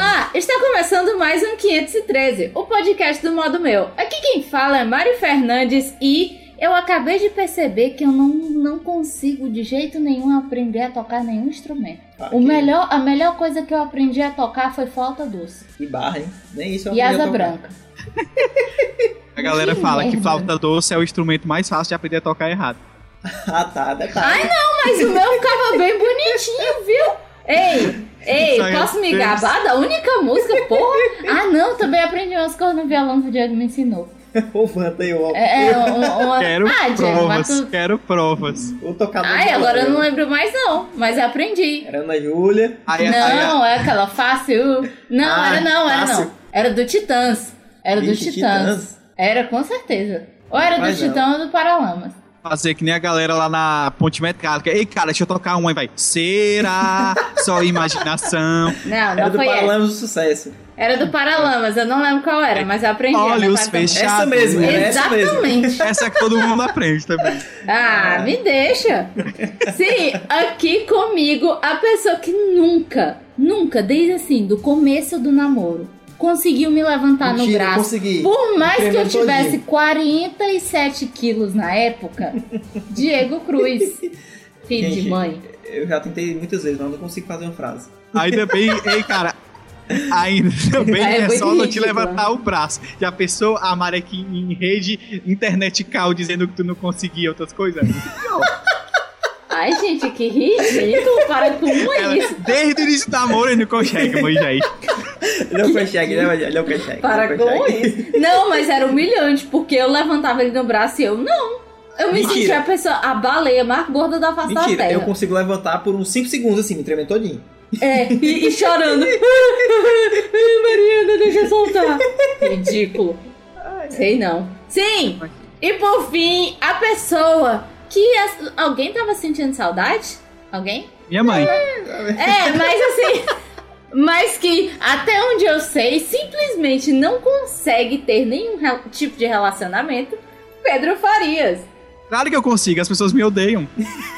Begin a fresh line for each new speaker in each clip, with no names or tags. Ah, Está começando mais um 513, o podcast do modo meu. Aqui quem fala é Mário Fernandes e eu acabei de perceber que eu não, não consigo de jeito nenhum aprender a tocar nenhum instrumento.
Tá
O
aqui.
melhor, a melhor coisa que eu aprendi a tocar foi flauta doce
Que barra, hein? Nem isso Então eu
e
aprendi a
asa
tocar.
branca.
A galera
Que
fala que
merda.
flauta doce é o instrumento mais fácil de aprender a tocar errado.
Ah, tá, detalhe.
Ai, Mas o meu ficava bem bonitinho, viu? Ei, ei,
Só eu
posso me
penso.
gabar da única música, porra? Ah, não, também aprendi umas coisas no violão que o Diego me ensinou.
o Vanta e o,
É, é um- um- uma...
Quero
ah, Diego, mas
provas,
tu...
quero provas.
o tocador.
Ai,
de
agora eu não é-
violão.
lembro mais não, mas aprendi.
Era Ana Júlia.
Aí, aí,
não, é aquela fácil. Não,
Ah,
era não, era
fácil.
não. Era do Titãs. Era do
Vixe,
Titãs. Era, com certeza. Ou era do
Mas é. não.
Titãs ou do Paralamas.
fazer que nem a galera lá na Ponte Metálica. Ei, cara, deixa eu tocar uma aí, vai. Será? Só imaginação.
Ah, Não,
Era
não
do
foi essa.
Paralamas do Sucesso.
Era do Paralamas, eu não lembro qual era, mas eu aprendi.
Olhos
era do Paralamas.
fechados.
Essa mesmo, né? Essa mesmo.
Exatamente.
Essa é que todo mundo aprende também.
Ah, me deixa. Sim, aqui comigo a pessoa que nunca, nunca, desde assim, do começo do namoro, conseguiu me levantar Tá no
Mentira, eu
braço.
consegui.
Por mais que eu
Incrementou
tivesse
Diego.
47 quilos na época, Diego Cruz, filho
Gente,
de mãe.
Eu já tentei muitas vezes, mas não consigo fazer uma frase.
Ainda bem, ei, cara. Ainda bem
É
que é
muito
só não te
ridícula.
levantar o braço. Já pensou a Mara aqui em rede, internet cal, dizendo que tu não conseguia outras coisas?
Ai, gente, que ridículo. Para com
Ela,
isso.
desde o início do namoro ele não consegue, mãe, gente.
Ele é o Kancheg, né? Ele é o Kancheg.
Para com isso. Não, mas era humilhante, porque eu levantava ele no braço e eu não. Eu me
Mentira.
sentia a pessoa, a baleia mais gorda da face da
Mentira,
terra.
eu consigo levantar por uns 5 segundos assim, me tremendo todinho.
É, e, e chorando. Mariana, deixa eu soltar. Ridículo. Sei não. Sim! E por fim, a pessoa que. as- Alguém tava sentindo saudade? Alguém?
Minha mãe.
É, mas assim. Mas que, até onde eu sei, simplesmente não consegue ter nenhum re- tipo de relacionamento. Pedro Farias.
Claro que eu consigo, as pessoas me odeiam.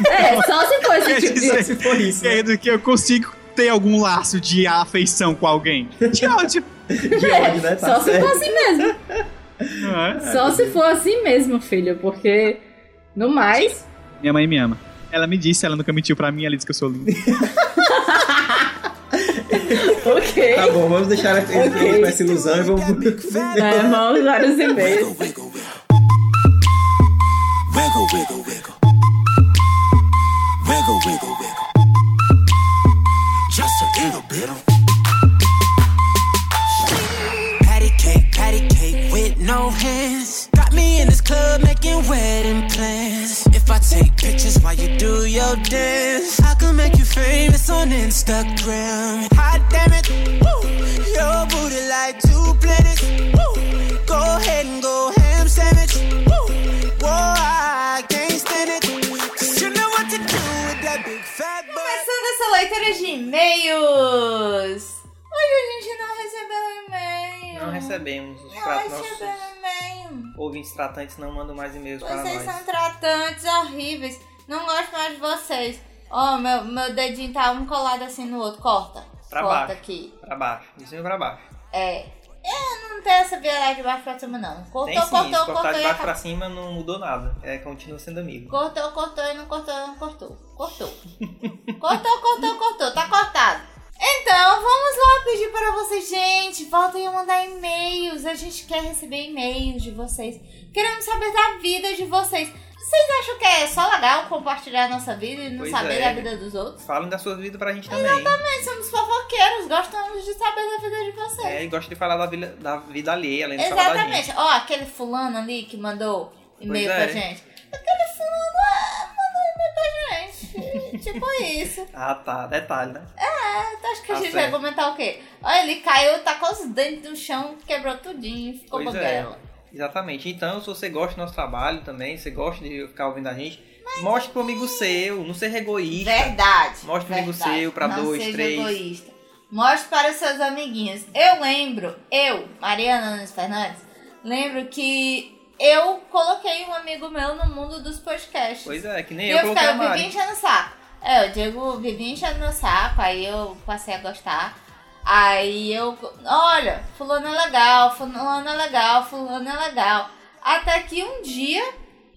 É, só se for
Quer
esse tipo de.
dizer,
Se for isso, né?
quer dizer que eu consigo ter algum laço de afeição com alguém. De ódio.
De ódio, né? Tá
é, Só se
certo.
for assim mesmo.
Não é?
Só se
tá
for assim mesmo, filho, porque no mais.
Minha mãe me ama. Ela me disse, ela nunca mentiu pra mim, ela disse que eu sou lindo.
Ok.
Tá bom, vamos deixar ele ele com essa ilusão e vamos...
É, vamos para
Tá
os e-mails.
wiggle, wiggle. Wiggle, wiggle, wiggle. Wiggle, wiggle, wiggle. Just a little bit of. Patty cake, patty cake with no hands. Got me in this club making wedding plans. If I take pictures while you do your dance, I can make you famous on Instagram. Hot damn it, woo! Your booty like two planets, woo! Go ahead and go ham sandwich, woo! Whoa, I can't stand it. 'Cause you know what to do with that big fat butt.
Começando essa leitura de e-mails. Hoje a gente não recebeu e-mail.
Não recebemos os
Não
tra- nossos
recebeu e-mail.
ouvintes tratantes, não mandam mais e-mails para
é,
Vocês
nós.
são tratantes horríveis. Não gosto mais de vocês. Ó, meu, meu dedinho tá um colado assim no outro. Corta.
Pra
Corta
baixo.
aqui.
Pra baixo, de cima pra baixo.
É. Eu não tenho essa violência de baixo pra cima, não. Cortou,
Tem sim,
cortou,
se
cortou. é
cortar de
e
baixo
acabou.
pra cima não mudou nada. É, continua sendo amigo.
Cortou, cortou e não cortou, não cortou. Cortou. cortou, cortou, cortou. Tá cortado. Então, vamos lá pedir para vocês, gente, voltem a mandar e-mails. A gente quer receber e-mails de vocês. Queremos saber da vida de vocês. Vocês acham que é só legal compartilhar a nossa vida e não
Pois
saber
é.
da vida dos outros?
Falem da sua vida pra gente também.
Nós somos fofoqueiros, gostamos de saber da vida de vocês.
É, e gosta de falar da vida, da vida alheia, além de falar da gente.
Exatamente. Ó, aquele fulano ali que mandou e-mail
Pois
pra
é.
gente. Aquele fulano ah, mandou e-mail pra gente. tipo isso.
Ah, tá. Detalhe, né?
Tu acha Então, que a
Tá
gente
certo.
vai comentar o quê? Olha, ele caiu, tacou os dentes no chão, quebrou tudinho, ficou
Pois é.
banguela.
Exatamente. Então, se você gosta do nosso trabalho também, se você gosta de ficar ouvindo a gente, mostre pro amigo seu, não seja egoísta.
Né? Verdade.
Mostra um
verdade.
amigo seu pra
Não
dois,
seja
três.
egoísta. Mostre para os seus amiguinhos. Eu lembro, eu, Mariana Nunes Fernandes, lembro que eu coloquei um amigo meu no mundo dos podcasts.
Pois é, que nem
E
eu,
eu
coloquei a
ficava
Mari.
vivia enchendo o saco. É, o Diego vivia enchendo meu saco, aí eu passei a gostar. Aí eu, olha, fulano é legal, fulano é legal, fulano é legal. Até que um dia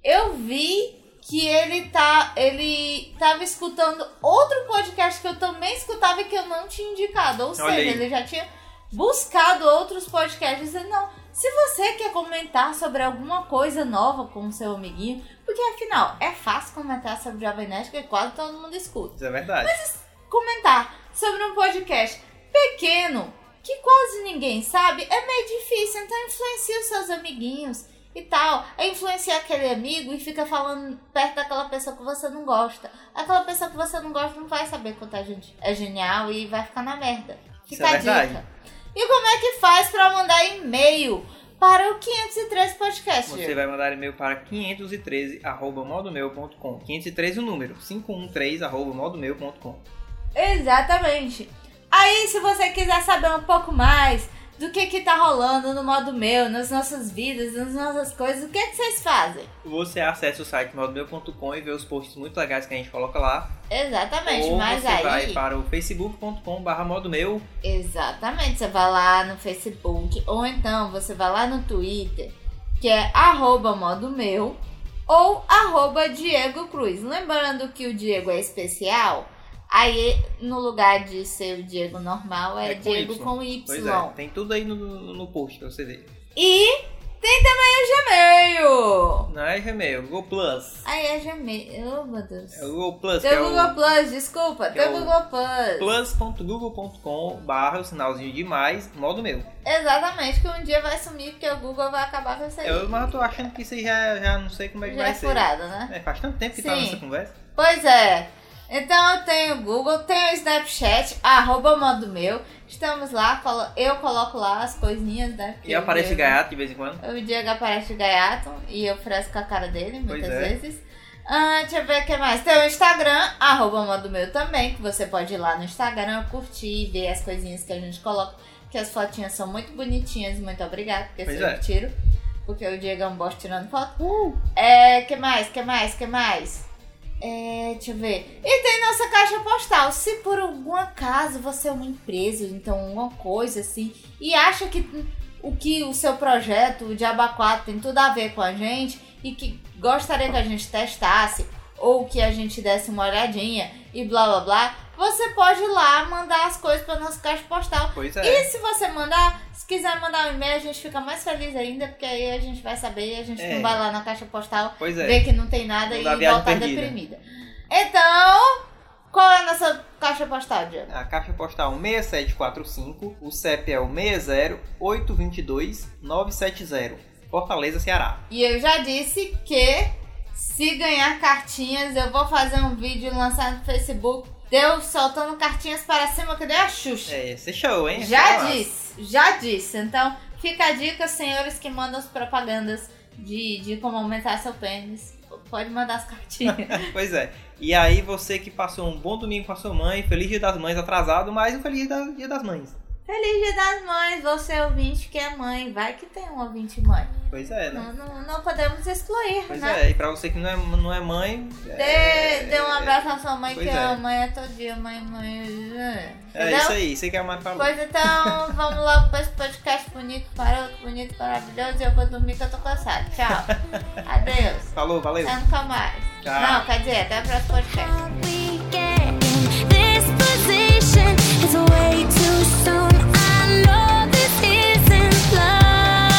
eu vi que ele tá, ele tava escutando outro podcast que eu também escutava e que eu não tinha indicado. Ou seja,
aí.
ele já tinha buscado outros podcasts. Dizendo, não, se você quer comentar sobre alguma coisa nova com o seu amiguinho, porque afinal é fácil comentar sobre Jovem Nerd, que quase todo mundo escuta
Isso é verdade.
comentar sobre um podcast pequeno que quase ninguém sabe é meio difícil, então influencia os seus amiguinhos e tal. É influenciar aquele amigo e fica falando perto daquela pessoa que você não gosta. Aquela pessoa que você não gosta não vai saber quanto a gente é genial e vai ficar na merda.
Isso
Fica
é
a
verdade.
dica. E como é que faz pra mandar e-mail para o 503 Podcast?
Você vai mandar e-mail para 513@modomeu.com. 513 o número, 513@modomeu.com.
Exatamente. Aí, se você quiser saber um pouco mais do que que tá rolando no modo meu, nas nossas vidas, nas nossas coisas, o que que vocês fazem?
Você acessa o site modomeu.com e vê os posts muito legais que a gente coloca lá.
Exatamente,
Ou
mas
você
aí...
vai para o facebook.com/barra modomeu.
Exatamente, você vai lá no Facebook ou então você vai lá no Twitter, que é arroba modo meu ou arroba Diego Cruz. Lembrando que o Diego é especial, aí no lugar de ser o Diego normal é,
É com
Diego
Y.
com Y.
Pois é, tem tudo aí no, no post pra você ver.
E tem também o Gmail.
Não é Gmail, Google Plus.
Ai, é Gmail. Oh, meu Deus.
É o Google Plus, que
Tem
é
o Google
o
Plus, desculpa.
que
Tem
é
o
o
Google Plus.
plus.google.com barra o sinalzinho de mais, modo meu.
Exatamente, que um dia vai sumir porque o Google vai acabar com essa aí.
Eu, mas eu tô achando que isso aí já, já não sei como é que
Já
vai
é
ser.
furado, né?
É, faz tanto tempo que tá
Sim.
nessa conversa.
Pois é. Então eu tenho o Google, tenho o Snapchat, arroba modo meu. Estamos lá, colo- eu coloco lá as coisinhas, né?
E aparece
Diego-
gaiato de vez em quando.
O Diego aparece gaiato e eu fresco com a cara dele muitas
Pois é.
vezes. Ah, deixa eu ver o que mais. Tem o Instagram, arroba modo meu também, que você pode ir lá no Instagram, curtir, ver as coisinhas que a gente coloca. Que as fotinhas são muito bonitinhas, muito obrigada, porque
Pois
eu
é.
tiro. Porque o Diego é um bosta tirando foto. É, que mais, que mais, que mais? É, deixa eu ver. E tem nossa caixa postal. Se por algum acaso você é uma empresa, então alguma coisa assim, e acha que o que o seu projeto, o Diaba 4, tem tudo a ver com a gente e que gostaria que a gente testasse ou que a gente desse uma olhadinha e blá blá blá, você pode ir lá mandar as coisas para nossa caixa postal.
Pois é.
E se você mandar, se quiser mandar um e-mail, a gente fica mais feliz ainda, porque aí a gente vai saber e a gente
É.
não vai lá na caixa postal
Pois é.
ver que não tem nada
Não
e
dá viagem
voltar
perdida.
deprimida. Então, qual é a nossa caixa postal, Diego?
A caixa postal 6745, o CEP é o 60822970, Fortaleza, Ceará.
E eu já disse que se ganhar cartinhas, eu vou fazer um vídeo e lançar no Facebook. Deu soltando cartinhas para cima que deu a Xuxa.
É, esse show, hein?
já
Sei lá.
disse, já disse. Então, fica a dica, senhores que mandam as propagandas de, de como aumentar seu pênis. Pode mandar as cartinhas.
Pois é. E aí, você que passou um bom domingo com a sua mãe, feliz dia das mães atrasado, mas um feliz da- dia das mães.
Feliz dia das mães, você ouvinte que é mãe. Vai que tem um ouvinte mãe.
Pois é, né?
Não, não, não podemos excluir,
Pois
né?
é, e pra você que não é, não é mãe. é-
Dê, dê um abraço na sua mãe
Pois
que
é.
a mãe é todo dia, mãe, mãe.
É
entendeu?
isso aí, isso aí que a mãe falou.
Pois então, vamos logo para esse podcast bonito, para bonito, maravilhoso. E eu vou dormir que eu tô cansada. Tchau. Adeus.
Falou, valeu.
Até
É.
nunca mais.
Tchau.
Não, quer dizer, até o próximo podcast.
We get in this position is way too soon. I know this isn't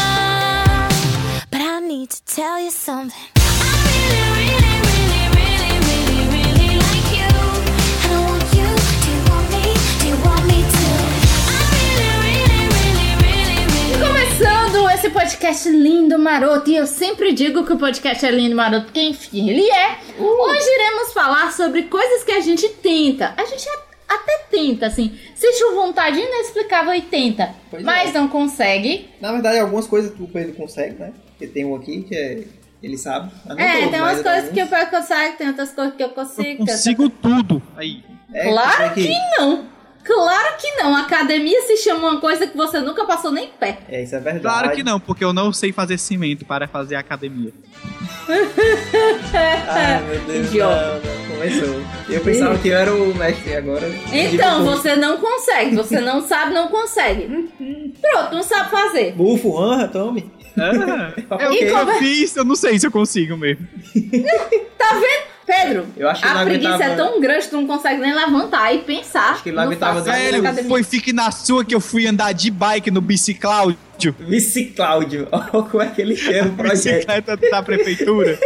love, but I need to tell you something. I really, really, really, really, really, really like you. I don't want you. Do you want me? Do you want me to? I really, really, really, really, really.
Começando esse podcast lindo, maroto, e eu sempre digo que o podcast é lindo, maroto, porque enfim, ele é.
Uh.
Hoje iremos falar sobre coisas que a gente tenta. A gente a- até tenta, assim, sentiu vontade inexplicável e tenta,
Pois
né,
é.
mas não consegue.
Na verdade, algumas coisas tu ele consegue, né? Porque tem um aqui que é, ele sabe. mas não
é,
todo,
tem
mas
umas coisas que
alguns.
eu
Um
consigo, tem outras coisas que eu consigo.
Eu consigo tudo. Aí.
É,
Claro
tem
que não. Claro que não. Academia se chama uma coisa que você nunca passou nem perto.
É, isso é verdade.
Claro que não, porque eu não sei fazer cimento para fazer academia.
Ai, meu Deus.
Idiota.
Não, não começou. Eu pensava que eu era o mestre agora. Tipo,
Então,
Digo,
você não consegue. Você não sabe, não consegue. Pronto, não sabe fazer.
Bufo, Anra, tome.
Ah, eu,
E
eu
como é-
fiz, eu não sei se eu consigo mesmo.
Pedro,
Eu acho que ele
a
não
preguiça
aguentava.
é tão grande que tu não consegue nem levantar e pensar.
Acho que assim, ele
no
aguentava
fato de
dez
ir
Velho,
na
minutos.
academia.
foi fique na sua que eu fui andar de bike no bicicláudio.
Vice Cláudio. Olha como é que ele chama o projeto.
Bicicleta da prefeitura.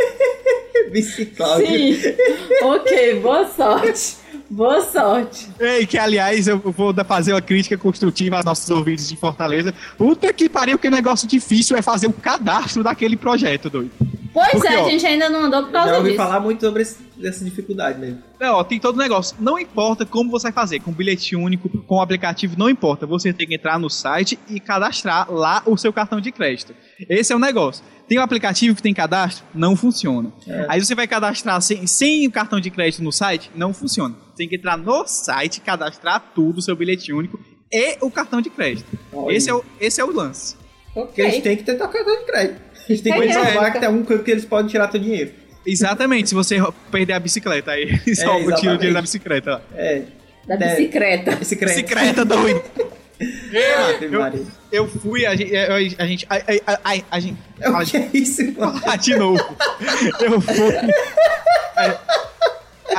Vice Cláudio.
Sim. ok, boa sorte. Boa sorte.
Ei, que aliás, eu vou dar- fazer uma crítica construtiva aos nossos ouvintes de Fortaleza. Puta que pariu, que negócio difícil é fazer o cadastro daquele projeto, doido.
Pois
Porque,
é,
ó,
a gente ainda não andou por
Já
causa
ouvi
disso.
falar muito sobre esse- essa dificuldade mesmo.
Não, ó, tem todo o negócio. Não importa como você vai fazer, com bilhete único, com aplicativo, não importa. Você tem que entrar no site e cadastrar lá o seu cartão de crédito. Esse é o negócio. Tem um aplicativo que tem cadastro? Não funciona.
É.
Aí você vai cadastrar sem, sem o cartão de crédito no site? Não funciona. Tem que entrar no site, cadastrar tudo, o seu bilhete único e o cartão de crédito.
Olha.
Esse é, o, esse é o lance.
Porque eles têm que tentar cartão de crédito. Eles têm que
É,
provar
é.
que tem algum canto que eles podem tirar teu dinheiro.
Exatamente, se você perder a bicicleta, aí só tira
É,
o
exatamente.
dinheiro da bicicleta. lá.
É,
Da
Deve.
bicicleta.
esse crédito.
Bicicleta, doido!
Ah, Ave
Eu-
Maria.
Eu fui, a gente. A, a- a gente. A, a- a- a- a gente.
É o que é isso, mano?
Ah, de novo. Eu fui. A,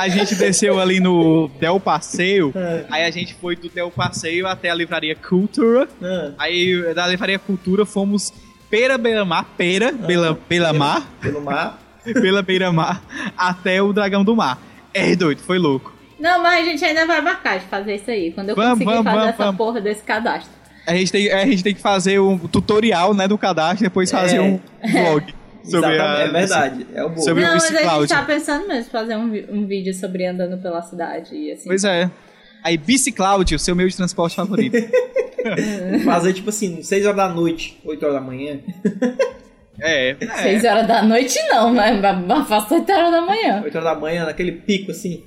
a gente desceu ali no Del Passeio.
É.
Aí a gente foi do Del Passeio até a Livraria Cultura.
Ah,
Aí da Livraria Cultura fomos. Pera Beira-Mar, Pera, Bela, Beira-Mar,
Pelo mar.
Pela Beira-Mar, até o Dragão do Mar. É doido, foi louco.
Não, mas a gente ainda vai marcar de fazer isso aí. Quando eu
Vamos,
conseguir
vamos,
fazer
vamos,
essa
vamos.
porra desse cadastro.
A gente, tem, a gente tem que fazer um tutorial, né, do cadastro, depois fazer
É.
um vlog. Sobre
Exatamente,
a,
é verdade. É o bom.
sobre-
Não, mas a gente
Cláudio.
tá pensando mesmo fazer um, vi- um vídeo sobre andando pela cidade e assim.
Pois é. Aí, Bicicláudio, seu meio de transporte favorito.
Fazer tipo assim, 6 horas da noite, 8 horas da manhã.
é.
Seis horas da noite não, né? mas mas faço 8 horas da manhã.
8 horas da manhã, naquele pico assim.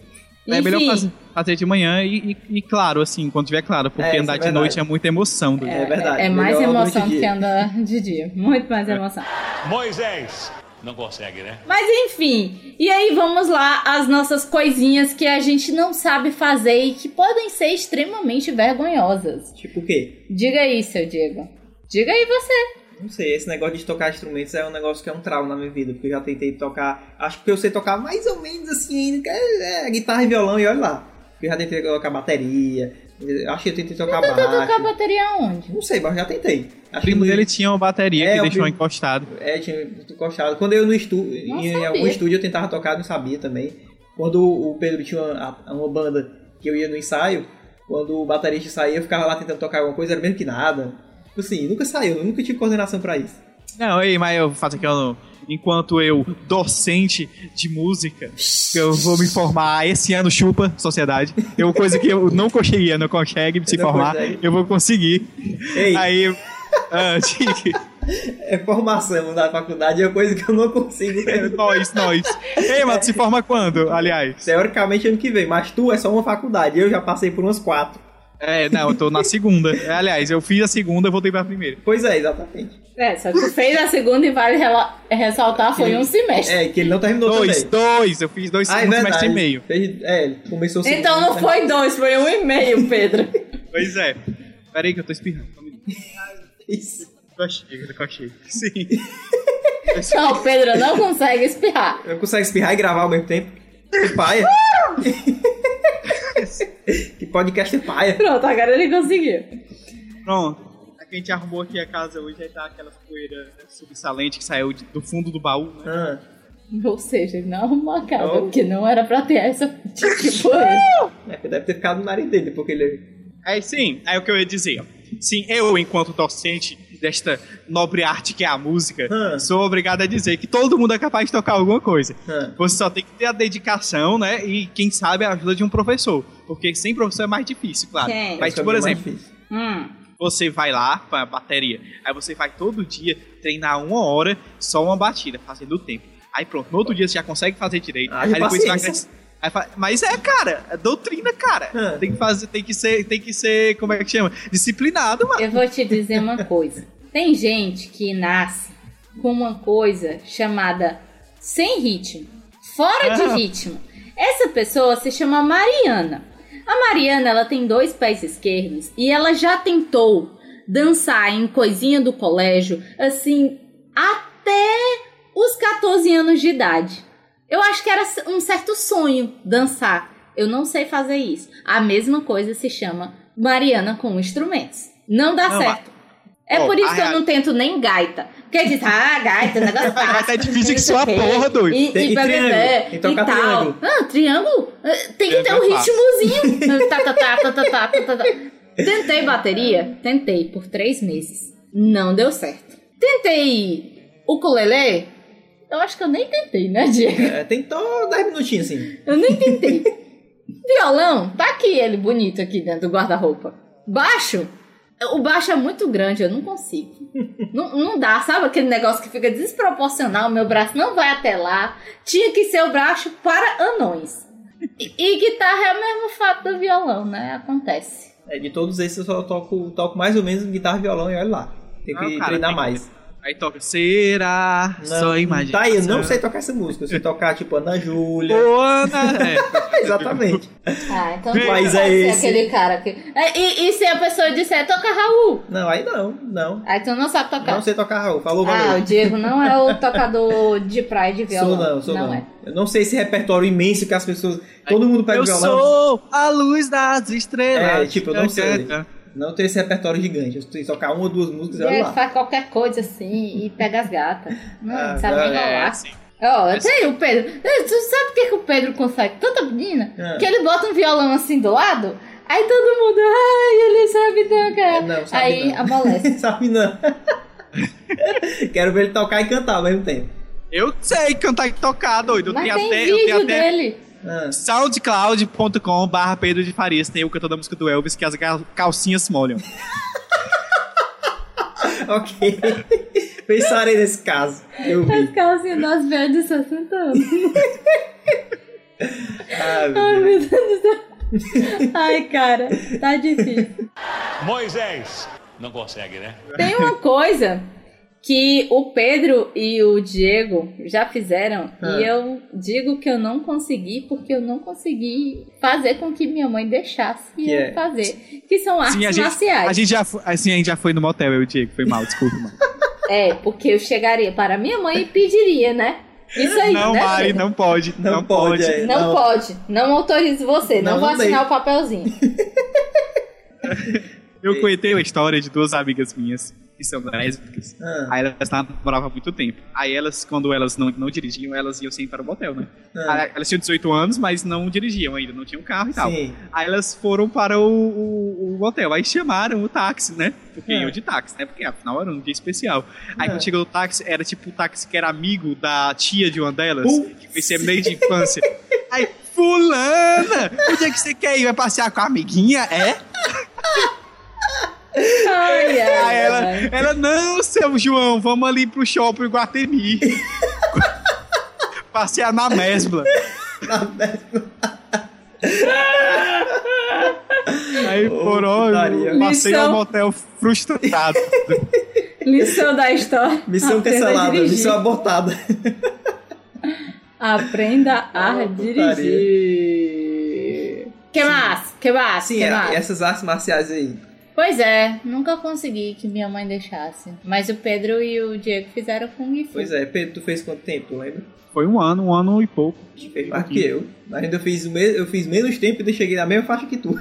É melhor
Enfim,
fazer, fazer de manhã e, e- e claro, assim, quando tiver claro, porque
É, isso
andar
é
de
verdade.
noite é muita emoção. doido.
É verdade.
é mais
melhor
emoção
durante
do
o
que
dia.
andar de dia. Muito mais emoção.
Moisés! Não consegue, né?
Mas enfim, e aí vamos lá as nossas coisinhas que a gente não sabe fazer e que podem ser extremamente vergonhosas.
Tipo o quê?
Diga aí, seu Diego. Diga aí você.
Não sei, esse negócio de tocar instrumentos é um negócio que é um trauma na minha vida, porque eu já tentei tocar. Acho que eu sei tocar mais ou menos assim, ainda, que é, é, guitarra e violão, e olha lá. Eu já tentei tocar bateria, eu acho que eu tentei tocar
Tentou tocar
baixo.
bateria onde?
Não sei, mas eu já tentei.
O
Acho
primo
que no-
dele tinha uma bateria
É,
que
o
deixou
primo-
encostado.
É, tinha encostado. Quando eu no estúdio,
Não
em
sabia.
algum estúdio eu tentava tocar, não sabia também. Quando o Pedro tinha uma, a- uma banda que eu ia no ensaio, quando o baterista saía, eu ficava lá tentando tocar alguma coisa, era mesmo que nada. Tipo assim, nunca saiu, eu nunca tive coordenação pra isso.
Não, ei, mas eu faço aqui, eu, enquanto eu, docente de música, que eu vou me formar Ah, esse ano, chupa, sociedade. É uma coisa que eu não conseguia, não consegue se
Não
formar,
consegue.
eu vou conseguir.
Ei,
Aí. ah, diga.
é formação da faculdade, é uma coisa que eu não consigo.
É, nós, nós. Ei, mano, se forma quando, aliás?
Teoricamente ano que vem, mas tu é só uma faculdade, eu já passei por umas quatro.
É, não, eu tô na segunda. É, aliás, eu fiz a segunda, voltei pra primeira.
Pois é, exatamente.
É, só que fez a segunda e vale rela- ressaltar, foi um semestre.
É, que ele não terminou
Dois,
também.
dois, eu fiz dois
Ah, é
segundos, mas
verdade.
e meio.
Fez- É, ele começou segundo,
Então não
né?
foi dois, foi um e meio, Pedro.
Pois é. Peraí que eu tô espirrando. Só um minuto.
Isso.
Cochei, cochei. Sim.
Não, Pedro não consegue espirrar.
Eu consigo espirrar e gravar ao mesmo tempo. Que paia. que podcast é paia.
Pronto, agora ele conseguiu.
Pronto. A gente arrumou aqui a casa hoje, aí tá aquela poeira subsalente que saiu de- do fundo do baú, né?
Ah,
Ou seja, ele não arrumou a casa,
Não.
porque não era pra ter essa tipo.
é que deve ter ficado no nariz dele, porque ele...
Aí sim, aí é o que eu ia dizer. ó. Sim, eu, enquanto docente desta nobre arte que é a música,
Hã.
sou obrigado a dizer que todo mundo é capaz de tocar alguma coisa.
Hã.
Você só tem que ter a dedicação, né? E quem sabe a ajuda de um professor. Porque sem professor é mais difícil, claro.
Sim.
Mas,
Esse é o
por
mais
exemplo,
difícil.
Hum.
você vai lá pra bateria, aí você vai todo dia treinar uma hora, só uma batida, fazendo o tempo. Aí pronto, no outro dia você já consegue fazer direito.
Ah,
aí
e
depois você vai,
paciência.
acres- Aí fala, mas é, cara, é doutrina, cara.
Ah.
Tem que fazer, tem que ser, tem que ser, como é que chama? Disciplinado, mano.
Eu vou te dizer uma coisa. Tem gente que nasce com uma coisa chamada sem ritmo, fora de
Ah.
ritmo. Essa pessoa se chama Mariana. A Mariana, ela tem dois pés esquerdos e ela já tentou dançar em coisinha do colégio, assim, até os 14 anos de idade. Eu acho que era um certo sonho dançar. Eu não sei fazer isso. A mesma coisa se chama Mariana com instrumentos. Não dá
Não,
certo. É
Ó,
por isso
a
que eu
real-
não tento nem gaita. Porque diz, ah, gaita, negócio
A gaita é difícil que sua porra, doido.
E,
Tem-
e,
e
blá, blá, blá,
triângulo. Então,
e
cá,
tal.
triângulo.
Ah, triângulo? eh, Tem que ter um
Triângulo é fácil.
ritmozinho. tá, tá, tá, tá, tá, tá, tá, tá. Tentei bateria? Tentei por três meses. Não deu certo. Tentei ukulele? Eu acho que eu nem tentei, né, Diego?
É, tentou 10 minutinhos, assim.
Eu nem tentei. Violão, tá aqui ele bonito aqui dentro do guarda-roupa. Baixo, o baixo é muito grande, eu não consigo. não, não dá, sabe aquele negócio que fica desproporcional, meu braço não vai até lá. Tinha que ser o baixo para anões. E, e guitarra é o mesmo fato do violão, né? Acontece.
É, de todos esses, eu só toco, toco mais ou menos guitarra e violão e olha lá. Tem que
Não, Ah, cara,
treinar
tem que-
mais.
Aí toca, será? Só imagina.
Tá aí, eu não sei tocar essa música. Eu sei tocar, tipo, Ana Júlia.
Boa, né? É.
Exatamente.
Ah, então
Mas
pode
é
ser
esse.
aquele cara que. É, E, e se a pessoa disser, toca Raul?
Não, aí não, não.
Aí tu não sabe tocar.
Não sei tocar Raul. Falou,
ah, o
valeu.
Diego não é o tocador de praia de violão.
sou não, sou não.
é.
Eu não sei esse repertório imenso que as pessoas. Todo mundo pega
Eu
o violão.
sou a luz das estrelas.
Tá É, tipo, eu não sei. Não tem esse repertório gigante. Eu sei tocar uma ou duas músicas, olha
Ele
lá.
faz qualquer coisa assim e pega as gatas. Não,
Ah,
sabe
não,
nem
É,
rolar.
assim.
Ó,
é
até o Pedro. Eh, Tu sabe por que, que o Pedro consegue tanta menina?
Ah.
Que ele bota um violão assim do lado, aí todo mundo, ai, ele sabe tocar.
É, Não, sabe
aí
não.
amolece.
Sabe não. Quero ver ele tocar e cantar ao mesmo tempo.
Eu sei cantar e tocar, doido. Eu
Mas
tenho
tem
até, eu
vídeo
tenho até
dele.
Ah,
soundcloud.com barra Pedro de Farias tem o cantor da música do Elvis que é as ga- calcinhas se molham.
ok. Pensarei nesse caso. Eu
As
vi.
calcinhas das velhas assim, de 60 anos.
Ah, meu
Ai, meu
Deus.
Deus do céu. Ai, cara, tá difícil.
Moisés. Não consegue, né?
Tem uma coisa que o Pedro e o Diego já fizeram
Ah.
e eu digo que eu não consegui porque eu não consegui fazer com que minha mãe deixasse
Que
eu
é?
fazer, que são artes
Sim, a gente-
marciais.
A gente já foi, assim, a gente já foi no motel, eu e o Diego. Foi mal, desculpa, mano.
É, porque eu chegaria para minha mãe e pediria, né? Isso aí,
não,
né?
Mari,
Pedro?
não pode.
Não
Não, pode.
pode, é.
Não,
não.
pode, não autorizo você, não,
Não,
vou
não
assinar o papelzinho.
Eu contei uma história de duas amigas minhas, que são lésbicas.
Ah,
Aí elas namoravam há muito tempo. Aí elas, quando elas não, não dirigiam, elas iam sempre para o motel, né?
ah,
Aí Elas tinham 18 anos, mas não dirigiam ainda, não tinham carro e tal.
sim.
Aí elas foram para o, o, o hotel. Aí chamaram o táxi, né? Porque
É.
iam de táxi, né? Porque afinal era um dia especial. Aí
É.
quando chegou o táxi, era tipo o táxi que era amigo da tia de uma delas,
Putz.
que foi ser meio de infância. Aí, fulana! Onde é que você quer ir? Vai passear com a amiguinha? É?
Ai, ai,
É
Aí ela,
ai.
ela, não, seu João, vamos ali pro shopping Guatemi. passear na mesbla. Aí
Ô,
por hora,
putaria.
eu passei
Lição.
ao motel frustrado.
Lição da história.
Missão
Aprenda a
cancelada,
dirigir.
missão abortada.
Aprenda a
Ah, putaria.
dirigir. Que mais? Que mais?
Assim,
que
é,
mais?
essas artes marciais aí.
Pois é, nunca consegui que minha mãe deixasse. Mas o Pedro e o Diego fizeram Kung Fu.
Pois é, Pedro, tu fez quanto tempo, tu lembra?
Foi um ano, um ano e pouco.
Tu Fez mais que eu. Ainda eu fiz, o me- eu fiz menos tempo e ainda cheguei na mesma faixa que tu.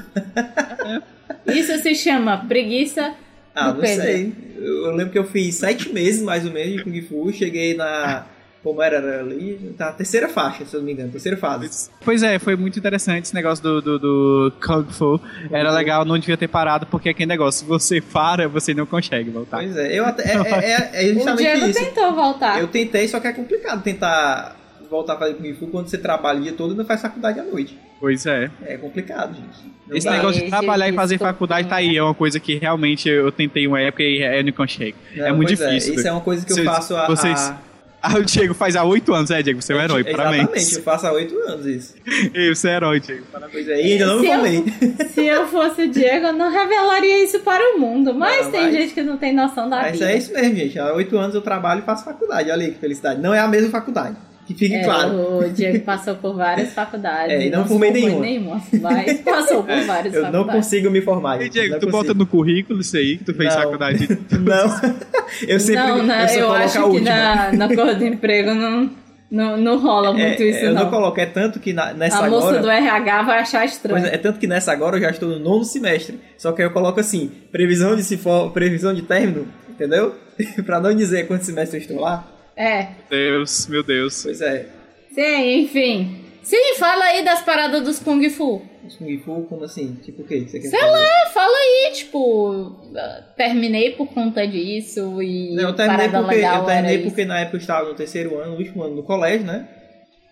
Isso se chama preguiça.
Ah,
Do
não
Pedro.
sei. Eu eu lembro que eu fiz sete meses, mais ou menos, de Kung Fu. Cheguei na... Como era, era ali? Tá, terceira faixa, se eu não me engano. Terceira fase.
Pois é, foi muito interessante esse negócio do, do, do Kung Fu. Era legal, não devia ter parado, porque é aquele negócio, se você para, você não consegue voltar.
Pois é, eu até, é, é- é- é
O
justamente
Diego
isso.
tentou voltar.
Eu tentei, só que é complicado tentar voltar a fazer Kung Fu quando você trabalha o dia todo e não faz faculdade à noite.
Pois é.
É complicado, gente. Não
Esse
dá.
negócio de
Esse
trabalhar e fazer
desculpa.
faculdade tá aí, é uma coisa que realmente eu tentei uma época e é- eu não consigo.
Não,
é muito
pois
difícil.
Isso é uma coisa que eu
Vocês-
faço há,
vocês-
há
Ah, o Diego faz há oito anos, é, Diego, você é um herói,
Exatamente,
parabéns.
eu faço há oito anos isso.
Ei, Você é herói, Diego.
Pois é, e ainda não
Se eu-
falei.
Se eu fosse o Diego, eu não revelaria isso para o mundo. Mas
Não,
tem
mas-
gente que não tem noção da
Mas
vida.
é isso mesmo, gente. Há oito anos eu trabalho e faço faculdade. Olha aí que felicidade. Não é a mesma faculdade. Que fique
É,
claro.
O Diego passou por várias faculdades.
É, e não
se
formei
formou em nenhuma, mas passou por várias
Eu não
faculdades.
consigo me formar.
Ei,
gente.
Diego,
Não
tu bota
consigo.
no currículo isso aí, que tu fez
Não.
faculdade.
Não. eu sempre
não, não,
eu só
eu
coloco a
acho que
última.
na, na cor do emprego não, não, não rola
É,
muito isso,
eu não.
não.
coloco, é tanto que na- nessa
A moça
agora.
do RH vai achar estranho.
Pois é, é tanto que nessa agora eu já estou no nono semestre. Só que aí eu coloco assim, previsão de se for, previsão de término, entendeu? pra não dizer quantos semestres eu estou lá.
É.
Meu Deus, meu Deus.
Pois é,
Sim, enfim. Sim, fala aí das paradas dos Kung Fu.
os Kung Fu, como assim? Tipo o quê? que Você quer
Sei
fazer?
Ah, fala aí, tipo, ah, terminei por conta disso e
Não, eu terminei,
parada
porque,
legal
eu
era
terminei
isso.
porque na época eu estava no terceiro ano, no último ano do colégio, né?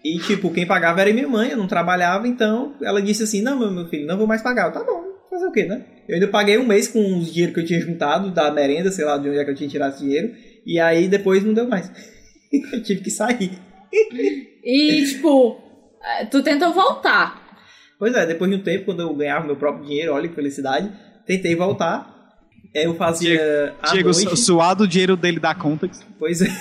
E, tipo, quem pagava era minha mãe, eu não trabalhava, então ela disse assim: Não, meu, meu filho, não vou mais pagar. Eu, tá bom, fazer o quê, né? Eu ainda paguei um mês com os dinheiro que eu tinha juntado da merenda, sei lá de onde é que eu tinha tirado esse dinheiro, e aí depois não deu mais. eu tive que sair.
E, tipo, ah, tu tentou voltar.
Pois é, depois de um tempo, quando eu ganhava meu próprio dinheiro, olha que felicidade, tentei voltar. Eu fazia. à
Diego,
noite.
su- suado o dinheiro dele da conta.
Pois é.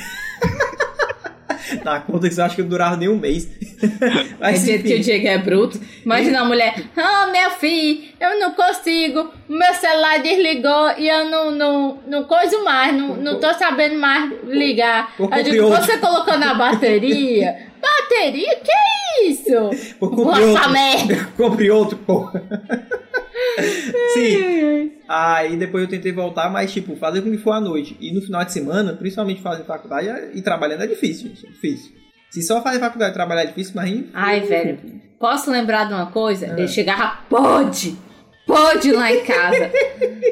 Na conta que eu acho que não durava nem um mês.
Mas,
Mas,
que o
enfim,
Diego é bruto. Imagina a mulher, ah, meu filho, eu não consigo, meu celular desligou e eu não, não, não coiso mais, não, não tô sabendo mais ligar.
Vou
Eu digo,
comprar outro.
você colocou na bateria? Bateria? Que isso?
eu
Nossa
comprei outro.
merda!
Comprei outro, porra. Sim. Aí depois eu tentei voltar, mas tipo, fazer como for à noite. E no final de semana, principalmente fazer faculdade é- e trabalhando é difícil, gente. É difícil. Se só fazer faculdade e trabalhar é difícil, mas.
Ai, velho, posso lembrar de uma coisa?
Ah.
Ele chegava, pode! Pode lá em casa.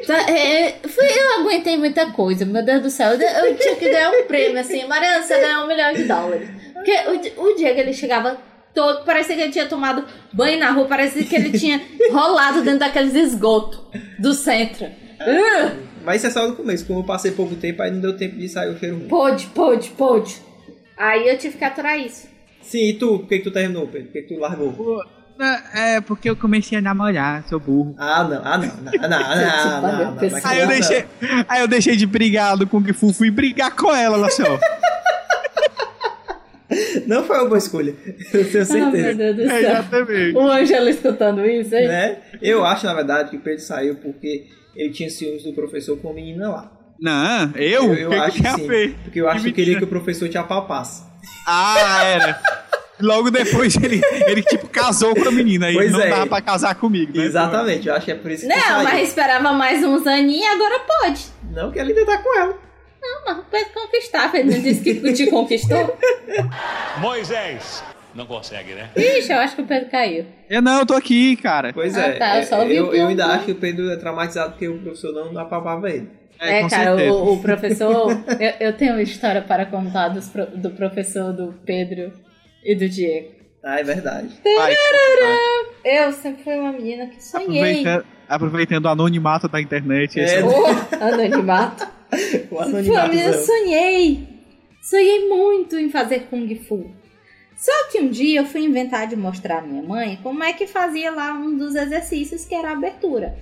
Tá, é, é, foi- eu aguentei muita coisa, meu Deus do céu. Eu, eu tinha que ganhar um prêmio, assim. Mariana, você ganhou um milhão de dólares. Porque o, Di- o Diego, ele chegava todo. Parecia que ele tinha tomado banho na rua, parecia que ele tinha rolado dentro daqueles esgotos do centro. Uh,
Mas isso é só no começo. Como eu passei pouco tempo, aí não deu tempo de sair o cheiro ruim.
pode, pode, pode. Aí eu tive que aturar isso.
Sim, e tu? Por que, que tu terminou, Pedro? Por que, que tu largou?
É, porque eu comecei a namorar, sou burro.
Ah, não, ah, não, não, não, não, não, não, não, não,
Aí eu
não.
deixei, aí eu deixei de brigar do Kung Fu, fui brigar com ela, ela assim, ó.
Não foi uma boa escolha. Eu tenho
Ah, meu
certeza.
Deus do
É,
céu.
Exatamente.
O Ângelo escutando isso, hein?
né? Eu acho, na verdade, que o Pedro saiu porque ele tinha ciúmes do professor com a menina lá.
Não, eu? O
eu
que
acho
que tem a
sim.
ver?
Porque eu acho que eu queria
mentira.
que o professor te apalpasse.
Ah, era. Logo depois ele, ele tipo, casou com a menina. E
Pois
não
é.
dava pra casar comigo, né?
Exatamente, eu acho que é por isso que
Tipo,
tu
Não,
saiu.
mas esperava mais uns aninhos e agora pode.
Não que ele tentar com ela.
Não, mas pode conquistar. Ele não disse que te conquistou.
Moisés, não consegue, né?
Ixi, eu acho que o Pedro caiu.
Eu É, não, eu tô aqui, cara.
Pois
Ah,
é.
tá, eu só ouvi
eu,
o
eu ainda
plum,
acho que o Pedro é traumatizado porque o professor não apalpava ele.
É,
com
cara,
certeza.
o, o professor. eu, eu tenho uma história para contar dos pro- do professor do Pedro e do Diego.
Ah, é verdade.
Vai.
Eu sempre fui uma menina que sonhei.
Aproveitando, aproveitando o anonimato da internet.
É,
esse
né?
Oh, anonimato.
O
Família, eu
anonimatozão.
sonhei. Sonhei muito em fazer Kung Fu. Só que um dia eu fui inventar de mostrar à minha mãe como é que fazia lá um dos exercícios que era a abertura.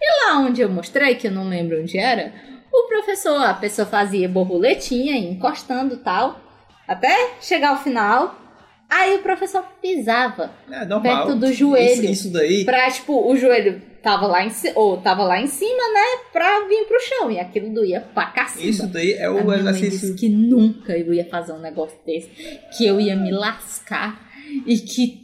E lá onde eu mostrei, que eu não lembro onde era, o professor, a pessoa fazia borboletinha, ia encostando e tal, até chegar ao final. Aí o professor pisava
É normal.
perto do joelho.
Isso, isso daí.
pra, tipo, o joelho tava lá em cima, ou tava lá em cima, né, pra vir pro chão. E aquilo doía pra cacete.
Isso daí é
A
o
minha mãe disse
exercício.
que nunca eu ia fazer um negócio desse, que eu ia me lascar e que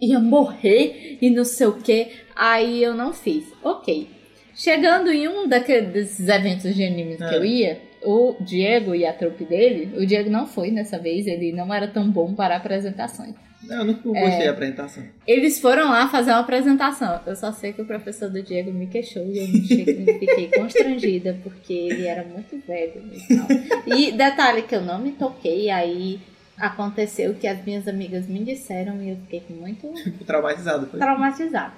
ia morrer e não sei o que. Aí eu não fiz. Ok. Chegando em um daqueles desses eventos de animes que
Ah.
eu ia, o Diego e a trupe dele, o Diego não foi dessa vez, ele não era tão bom para apresentações.
Não, eu nunca gostei
É.
da apresentação.
Eles foram lá fazer uma apresentação. Eu só sei que o professor do Diego me queixou e eu me che- fiquei constrangida porque ele era muito velho. E, tal. e detalhe que eu não me toquei, aí aconteceu que as minhas amigas me disseram e eu fiquei muito
Fico traumatizado. Foi.
traumatizada.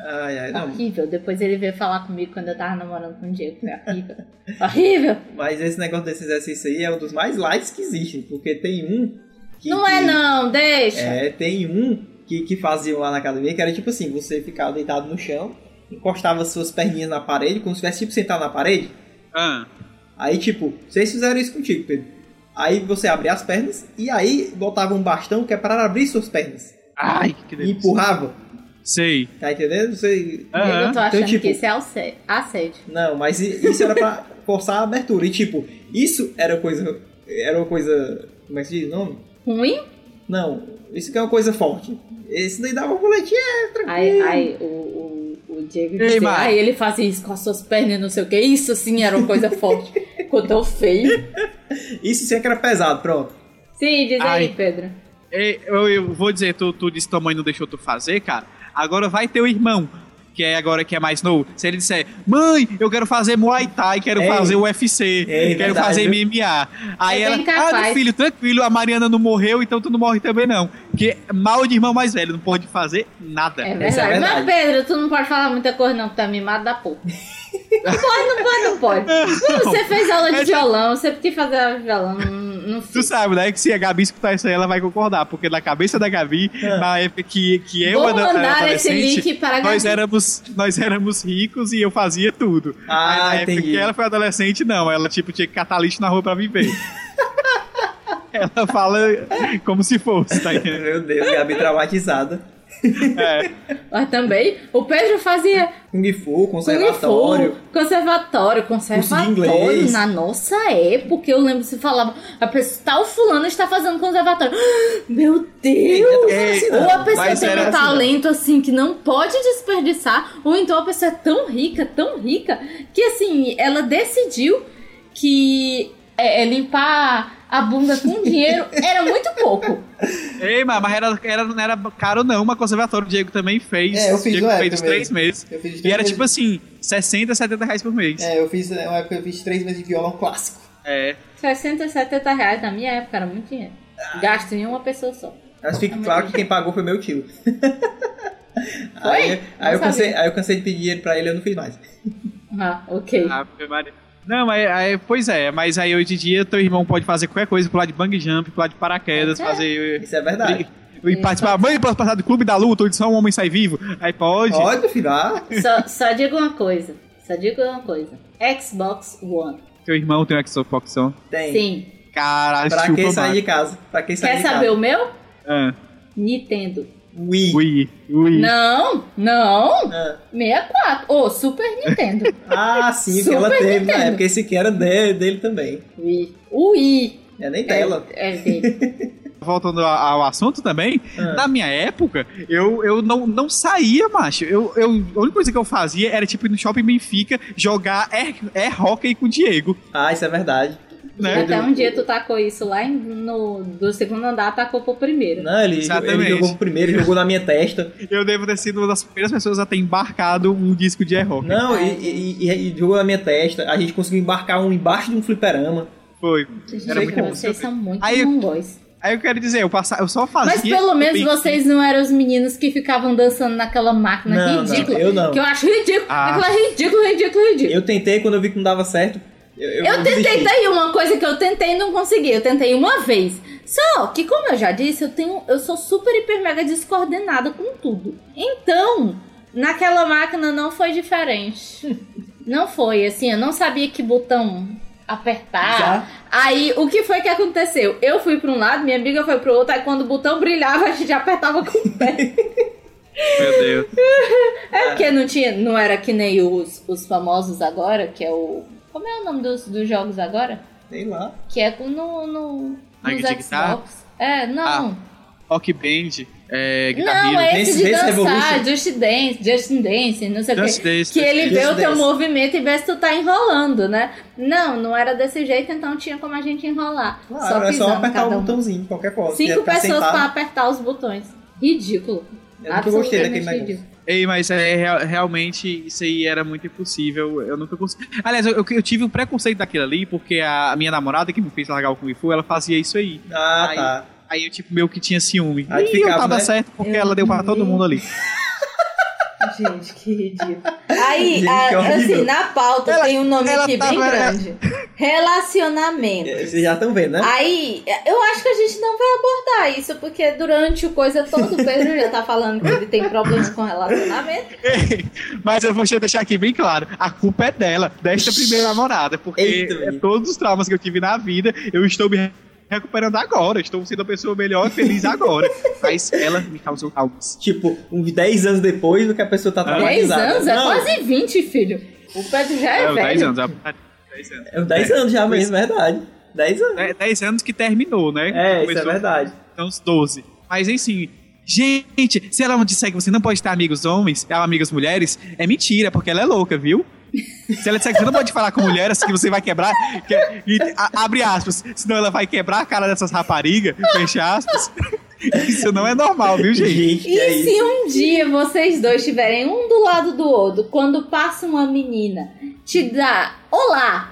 Ai, ai, não.
Horrível. Depois ele veio falar comigo quando eu tava namorando com o Diego. Foi horrível. horrível.
Mas esse negócio desse exercício aí é um dos mais lights que existem, porque tem um que.
Não é
que-
não, deixa.
É, tem um que, que faziam lá na academia que era tipo assim: você ficava deitado no chão, encostava suas perninhas na parede, como se tivesse tipo sentado na parede.
Ah,
Aí, tipo, vocês fizeram isso contigo, Pedro. Aí você abria as pernas e aí botava um bastão que é para abrir suas pernas.
ai, que
E
delícia.
empurrava.
Sei.
Tá entendendo? Você.
Diego, eu tô
Aham.
achando
Então, tipo-
que isso é alce- assédio.
Não, mas i- isso era pra forçar a abertura. E tipo, isso era coisa. Era uma coisa. Como é que se diz o nome?
Ruim?
Não, isso que é uma coisa forte. Esse daí dava um boletim, é
Aí,
tranquilo.
aí o, o, o Diego
Ei,
disse,
Mari.
aí ele fazia isso com as suas pernas e não sei o que. Isso sim era uma coisa forte. Ficou tão feio.
Isso sim é que era pesado, pronto.
Sim, diz
Ai.
aí, Pedro.
Ei, Eu, eu vou dizer, tu, tu disse que tua mãe não deixou tu fazer, cara. Agora vai teu irmão, que é agora que é mais novo. Se ele disser, mãe, eu quero fazer Muay Thai, quero
Ei.
fazer UFC,
Ei,
quero
verdade,
fazer
viu?
MMA. Aí
É
ela,
bem
ah, meu
capaz."
filho, tranquilo, a Mariana não morreu, então tu não morre também não. Porque mal de irmão mais velho, não pode fazer nada.
É
Essa é a
verdade. Mas,
verdade.
Pedro, tu não pode falar muita coisa, não, que tá mimado da porra. Não pode, não pode, não pode. Mas Você fez aula de
Mas-
violão, você podia fazer aula de violão, não, não
Tu
fiz.
sabe, né? Que se a Gabi escutar isso aí, ela vai concordar, porque na cabeça da Gabi,
Ah.
na época que, que eu
Vou
era
mandar esse
adolescente,
link para a
nós
Gabi.
éramos, nós éramos ricos e eu fazia tudo.
Ah,
Aí, na época
entendi.
que ela foi adolescente, não. Ela, tipo, tinha que catar lixo na rua pra viver. ela fala como se fosse, tá entendendo?
Meu Deus, Gabi traumatizada.
É.
Mas Ah, também, o Pedro fazia
Kung Fu,
Kung
conservatório.
Fu, conservatório, conservatório
inglês.
na nossa época. Eu lembro se falava, a pessoa, tal fulano está fazendo conservatório. Meu Deus!
Ei,
assim,
ou a pessoa
mas
tem
era
um
assim, não.
talento assim que não pode desperdiçar, ou então a pessoa é tão rica, tão rica, que assim, ela decidiu que é, é, limpar a bunda com dinheiro era muito pouco.
Ei, mas mas era, era, não era caro, não. Mas conservatório o Diego também fez.
É, eu fiz
Diego
uma
fez
época
uns três
mesmo.
meses.
Eu fiz
E era
três
tipo assim, 60, 70 reais por mês.
É, eu fiz na época eu fiz três meses de violão clássico.
é.
60, 70 reais na minha época era muito dinheiro. Gasto em uma pessoa só.
Mas fica
É muito
claro
bom.
que quem pagou foi meu tio.
Foi?
Aí,
Não
aí eu cansei,
sabia.
aí eu cansei de pedir dinheiro pra ele e eu não fiz mais.
Ah, ok.
Ave Maria. Não, mas aí- pois é, mas aí hoje em dia teu irmão pode fazer qualquer coisa, pular de bang jump, pular de paraquedas,
É.
fazer.
Isso é verdade.
E, e participar, mãe, posso passar do clube da luta, onde só um homem sai vivo? Aí pode.
Pode, meu filho. Ah,
Só, só digo uma coisa. Só digo uma coisa. Xbox One.
Teu irmão tem um Xbox One.
tem. é
Sim.
Caralho,
Pra
chupa,
quem sair
Mario.
de casa? Pra quem sair
Quer
de
saber
casa?
o meu?
Ah,
Nintendo.
Wii.
ui, ui.
Não, não.
Ah.
64. Ô, Super Nintendo.
Ah, sim, que
Super
ela teve
Nintendo.
na época. Esse que era de- dele também.
Wii. O Wii.
É nem dela.
É, é dele.
Voltando a- ao assunto também,
Ah.
na minha época, eu, eu não, não saía, macho. Eu, eu, a única coisa que eu fazia era, tipo, ir no shopping Benfica jogar air, air hockey com o Diego.
Ah, isso é verdade.
Né?
Até um dia tu tacou isso lá em- no, do segundo andar, tacou pro primeiro.
Não, ele,
Exatamente.
ele jogou primeiro, jogou na minha testa.
Eu devo ter sido uma das primeiras pessoas a ter embarcado um disco de rock.
Não, e, e- e- e jogou na minha testa. A gente conseguiu embarcar um embaixo de um fliperama.
Foi.
Gente,
Era muito bom.
vocês são muito
Aí-
mongóis.
Aí eu quero dizer, eu, passa, eu só fazia.
Mas pelo menos
bem-
vocês não eram os meninos que ficavam dançando naquela máquina
Não, não,
ridícula.
eu não.
Que eu acho ridículo.
Ah.
Aquilo é ridículo, ridículo, ridículo.
Eu tentei quando eu vi que não dava certo. Eu, eu,
Eu tentei,
desisti.
tá aí uma coisa que eu tentei e não consegui. Eu tentei uma vez. Só que, como eu já disse, eu tenho, eu sou super, hiper, mega descoordenada com tudo. Então, naquela máquina não foi diferente. Não foi, assim, eu não sabia que botão apertar.
Já?
Aí, o que foi que aconteceu? Eu fui pra um lado, minha amiga foi pro outro, aí quando o botão brilhava, a gente apertava com o pé.
Meu Deus.
É porque não tinha, não era que nem os, os famosos agora, que é o... Como é o nome dos, dos jogos agora?
Sei lá.
Que é com- no, no,
Na
nos
de guitarra?
Xbox. É,
Ah,
não.
Rock Band, é, Guitar
não,
Hero.
é esse de
Dance- Dance
dançar,
Revolution.
Just Dance, Just Dance, não sei o
Just
quê.
Dance,
Que
Just
ele
Dance.
vê o
Just
teu
Dance.
movimento e vê se tu tá enrolando, né? Não, não era desse jeito, então tinha como a gente enrolar.
Claro,
só
é só
pisando
apertar
cada
o
um.
botãozinho, de qualquer forma. Se
Cinco
ficar
pessoas pra
sentado,
apertar os botões. Ridículo.
É Eu nunca gostei
Absolutamente
daquele negócio.
ridículo.
Ei, mas é, real- realmente isso aí era muito impossível. Eu nunca consegui. Aliás, eu, eu tive o preconceito daquilo ali, porque a minha namorada que me fez largar o Kung Fu, ela fazia isso aí.
Ah,
Aí-
tá.
Aí eu, tipo, meio que tinha ciúme.
Aí
e
ficava,
eu tava
né?
certo porque
Eu
ela deu pra todo
também.
mundo ali.
Gente, que ridículo.
Gente,
Aí,
que
a-
horrível.
assim, na pauta
Ela-
tem um nome
ela
aqui
tá-
bem
ela-
grande. Relacionamento.
É, Vocês já estão vendo,
Ah.
né?
Aí, eu acho que a gente não vai abordar isso, porque durante o coisa todo o Pedro já tá falando que ele tem problemas com relacionamento.
Mas eu vou deixar aqui bem claro: a culpa é dela, desta primeira namorada, porque
Eita,
é
menino.
todos os traumas que eu tive na vida, eu estou me recuperando agora, estou sendo a pessoa melhor e feliz agora. Mas ela me causou traumas.
Tipo, uns 10 anos depois do que a pessoa
Ah.
tá
Dez
traumatizada.
anos? É
Não,
quase 20, filho. O Pedro já é,
É, 10
velho.
anos, a- 10 anos.
É uns 10 anos já mesmo, é verdade. 10 anos.
É, 10 anos que terminou,
É,
né?
isso é
Começou
verdade.
Então, os 12. Mas, enfim. Gente, se ela não disser que você não pode ter amigos homens, ou amigas mulheres, é mentira, porque ela é louca, viu? Se ela disser que você não pode falar com mulheres, que você vai quebrar, que- e- a- abre aspas, senão ela vai quebrar a cara dessas raparigas, fecha aspas. Isso não é normal, viu, gente?
Gente, que
E
é
se
isso.
um dia vocês dois estiverem um do lado do outro, quando passa uma menina, te dá olá,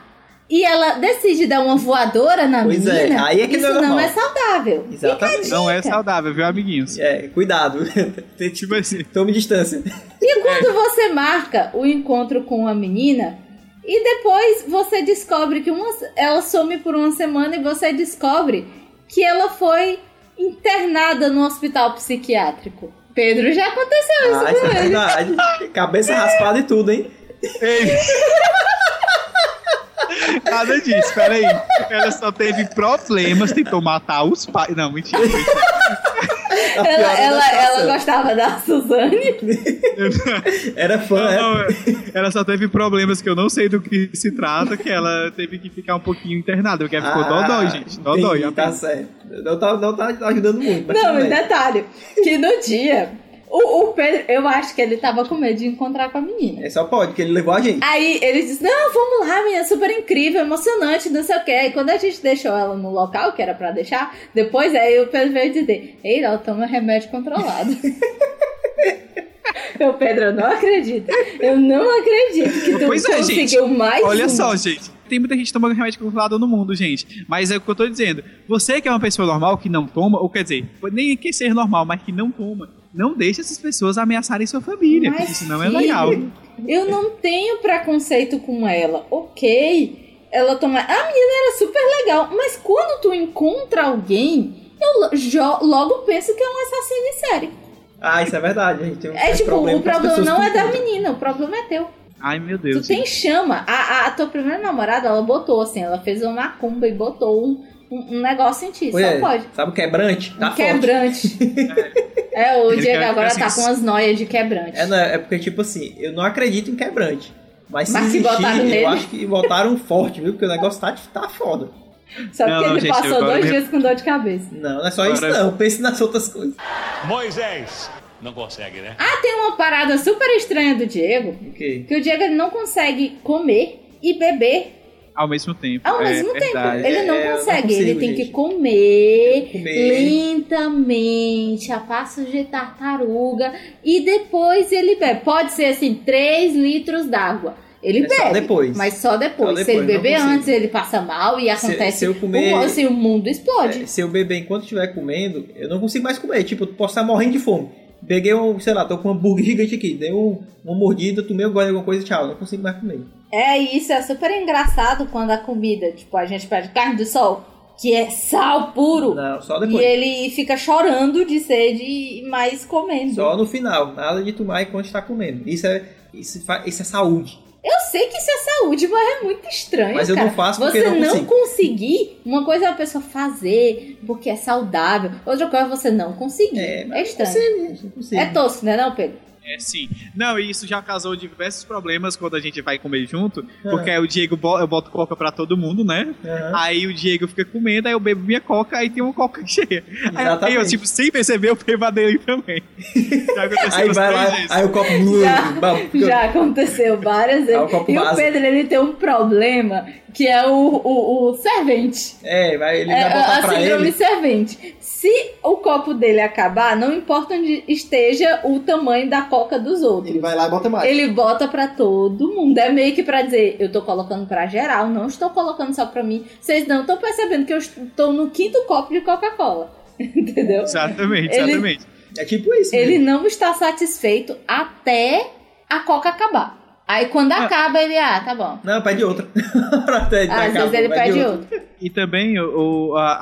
e ela decide dar uma voadora na
Pois é,
menina,
aí é que não é
isso não
normal.
é saudável.
Exatamente.
Não é saudável, viu, amiguinhos?
É, cuidado.
Tipo assim,
Tome distância.
E quando você marca o encontro com a menina e depois você descobre que uma, ela some por uma semana e você descobre que ela foi internada no hospital psiquiátrico. Pedro, já aconteceu isso
Ah, isso
com
é
ele.
verdade. Cabeça raspada e tudo, hein?
Ei. Nada disso, peraí. Ela só teve problemas, tentou matar os pais. Não, mentira.
Tá A pior
Ela,
era
ela-
a
ela
situação.
gostava da Suzane.
Era fã, é?
Não,
era
não, é. ela só teve problemas que eu não sei do que se trata, que ela teve que ficar um pouquinho internada, porque ela ficou dodói, gente. Dodói.
Ah, entendi, Tá certo. Não tá, não tá ajudando muito. Mas
Não,
tudo
e
bem.
detalhe, que no dia, o, o Pedro, eu acho que ele tava com medo de encontrar com a menina.
É só pode, que ele levou a gente.
Aí ele disse: Não, vamos lá, menina, super incrível, emocionante, não sei o que. E quando a gente deixou ela no local, que era pra deixar, depois aí o Pedro veio dizer: Ei, ela toma remédio controlado. Eu, Pedro, eu não acredito. Eu não acredito que tu
Pois é,
conseguiu
gente.
mais.
Olha
um.
só, gente. Tem muita gente tomando remédio controlado no mundo, gente. Mas é o que eu tô dizendo. Você que é uma pessoa normal, que não toma, ou quer dizer, nem quer ser normal, mas que não toma, não deixe essas pessoas ameaçarem sua família.
Mas,
porque isso não é
filho,
legal.
Eu não tenho preconceito com ela, ok? Ela toma. A menina era super legal, mas quando tu encontra alguém, eu lo- jo- logo penso que é um assassino em série.
Ah, isso é verdade, a gente. Tem um
É tipo,
problema
o
com as
problema
pessoas
não
com
é da
tudo.
menina, o problema é teu.
Ai, meu
Tu
Deus.
tem chama. A, a, a tua primeira namorada, ela botou assim, ela fez uma macumba e botou um, um, um negócio em ti.
Pois
só
é,
pode.
Sabe o quebrante? Tá
um
forte.
quebrante. é, o
Ele
Diego
quer-
agora
assim,
tá com as noias de quebrante.
É, não, é porque, tipo assim, eu não acredito em quebrante. Mas se,
Mas se
existir,
botaram
eu
nele.
acho que botaram forte, viu? Porque o negócio tá, tá foda.
Só
Não,
porque
não,
ele
gente,
passou
agora
dois
eu-
dias com dor de cabeça.
Não, não é só isso,
Agora-
não. Pense nas outras coisas.
Moisés. Não consegue, né?
Ah, Tem uma parada super estranha do Diego,
Ok.
que o Diego ele não consegue comer e beber
Ao mesmo tempo.
ao
é
mesmo tempo.
verdade.
Ele não
É, eu não
consegue, ele
consigo,
tem que
gente.
comer,
Comer.
lentamente, a passos de tartaruga, e depois ele bebe. Pode ser assim, 3 litros d'água. Ele
É
bebe.
só depois.
Mas só depois.
Só
Se ele
depois, não
beber
consigo.
antes, ele passa mal e
Se-
acontece.
se eu comer-
o, assim, o mundo
É,
explode.
se eu beber enquanto estiver comendo, eu não consigo mais comer. Tipo, eu posso estar morrendo de fome. Peguei um, sei lá, tô com um hambúrguer gigante aqui. Dei um, uma mordida, tomei um gole de alguma coisa, tchau. Não consigo mais comer.
É isso, é super engraçado quando a comida, tipo, a gente pede carne do sol, que é sal puro.
Não, só
E
depois.
ele fica chorando de sede, mas comendo.
Só no final. Nada de tomar enquanto está comendo. Isso é, isso, fa- isso é saúde.
Eu sei que isso é saúde, mas é muito estranho,
Mas eu
cara.
não faço porque
Você
não
não
consigo.
conseguir, uma coisa é a pessoa fazer porque é saudável, outra coisa é você não conseguir.
É,
É,
mas
estranho.
Sim, gente, não consigo.
É tosco, né, não, Pedro?
É, sim. Não, e isso já causou diversos problemas quando a gente vai comer junto,
Ah.
porque aí o Diego bo- eu boto coca pra todo mundo, né?
Aham.
Aí o Diego fica comendo, aí eu bebo minha coca, aí tem uma coca cheia. Aí, aí eu,
Exatamente.
tipo, sem perceber, eu bebo a dele também. Já aconteceu
Aí
umas
vai
três
lá,
vezes.
aí o copo.
Já- Já aconteceu várias
Ah, o
vezes.
copo
e o
vaza.
Pedro, ele tem um problema que é o, o, o servente.
É, vai, ele
É,
vai botar
a
pra
síndrome
ele.
servente. Se o copo dele acabar, não importa onde esteja o tamanho da coca dos outros.
Ele vai lá e bota mais.
Ele bota pra todo mundo. É meio que pra dizer, eu tô colocando pra geral, não estou colocando só pra mim. Vocês não estão percebendo que eu estou no quinto copo de Coca-Cola. Entendeu?
Exatamente,
Ele-
exatamente.
É tipo isso.
Ele
mesmo.
não está satisfeito até a coca acabar. Aí quando acaba, ele, ah, tá bom.
Não, pede outra. Até
Ah, às
acabou,
vezes ele pede outro.
E também o, o- a,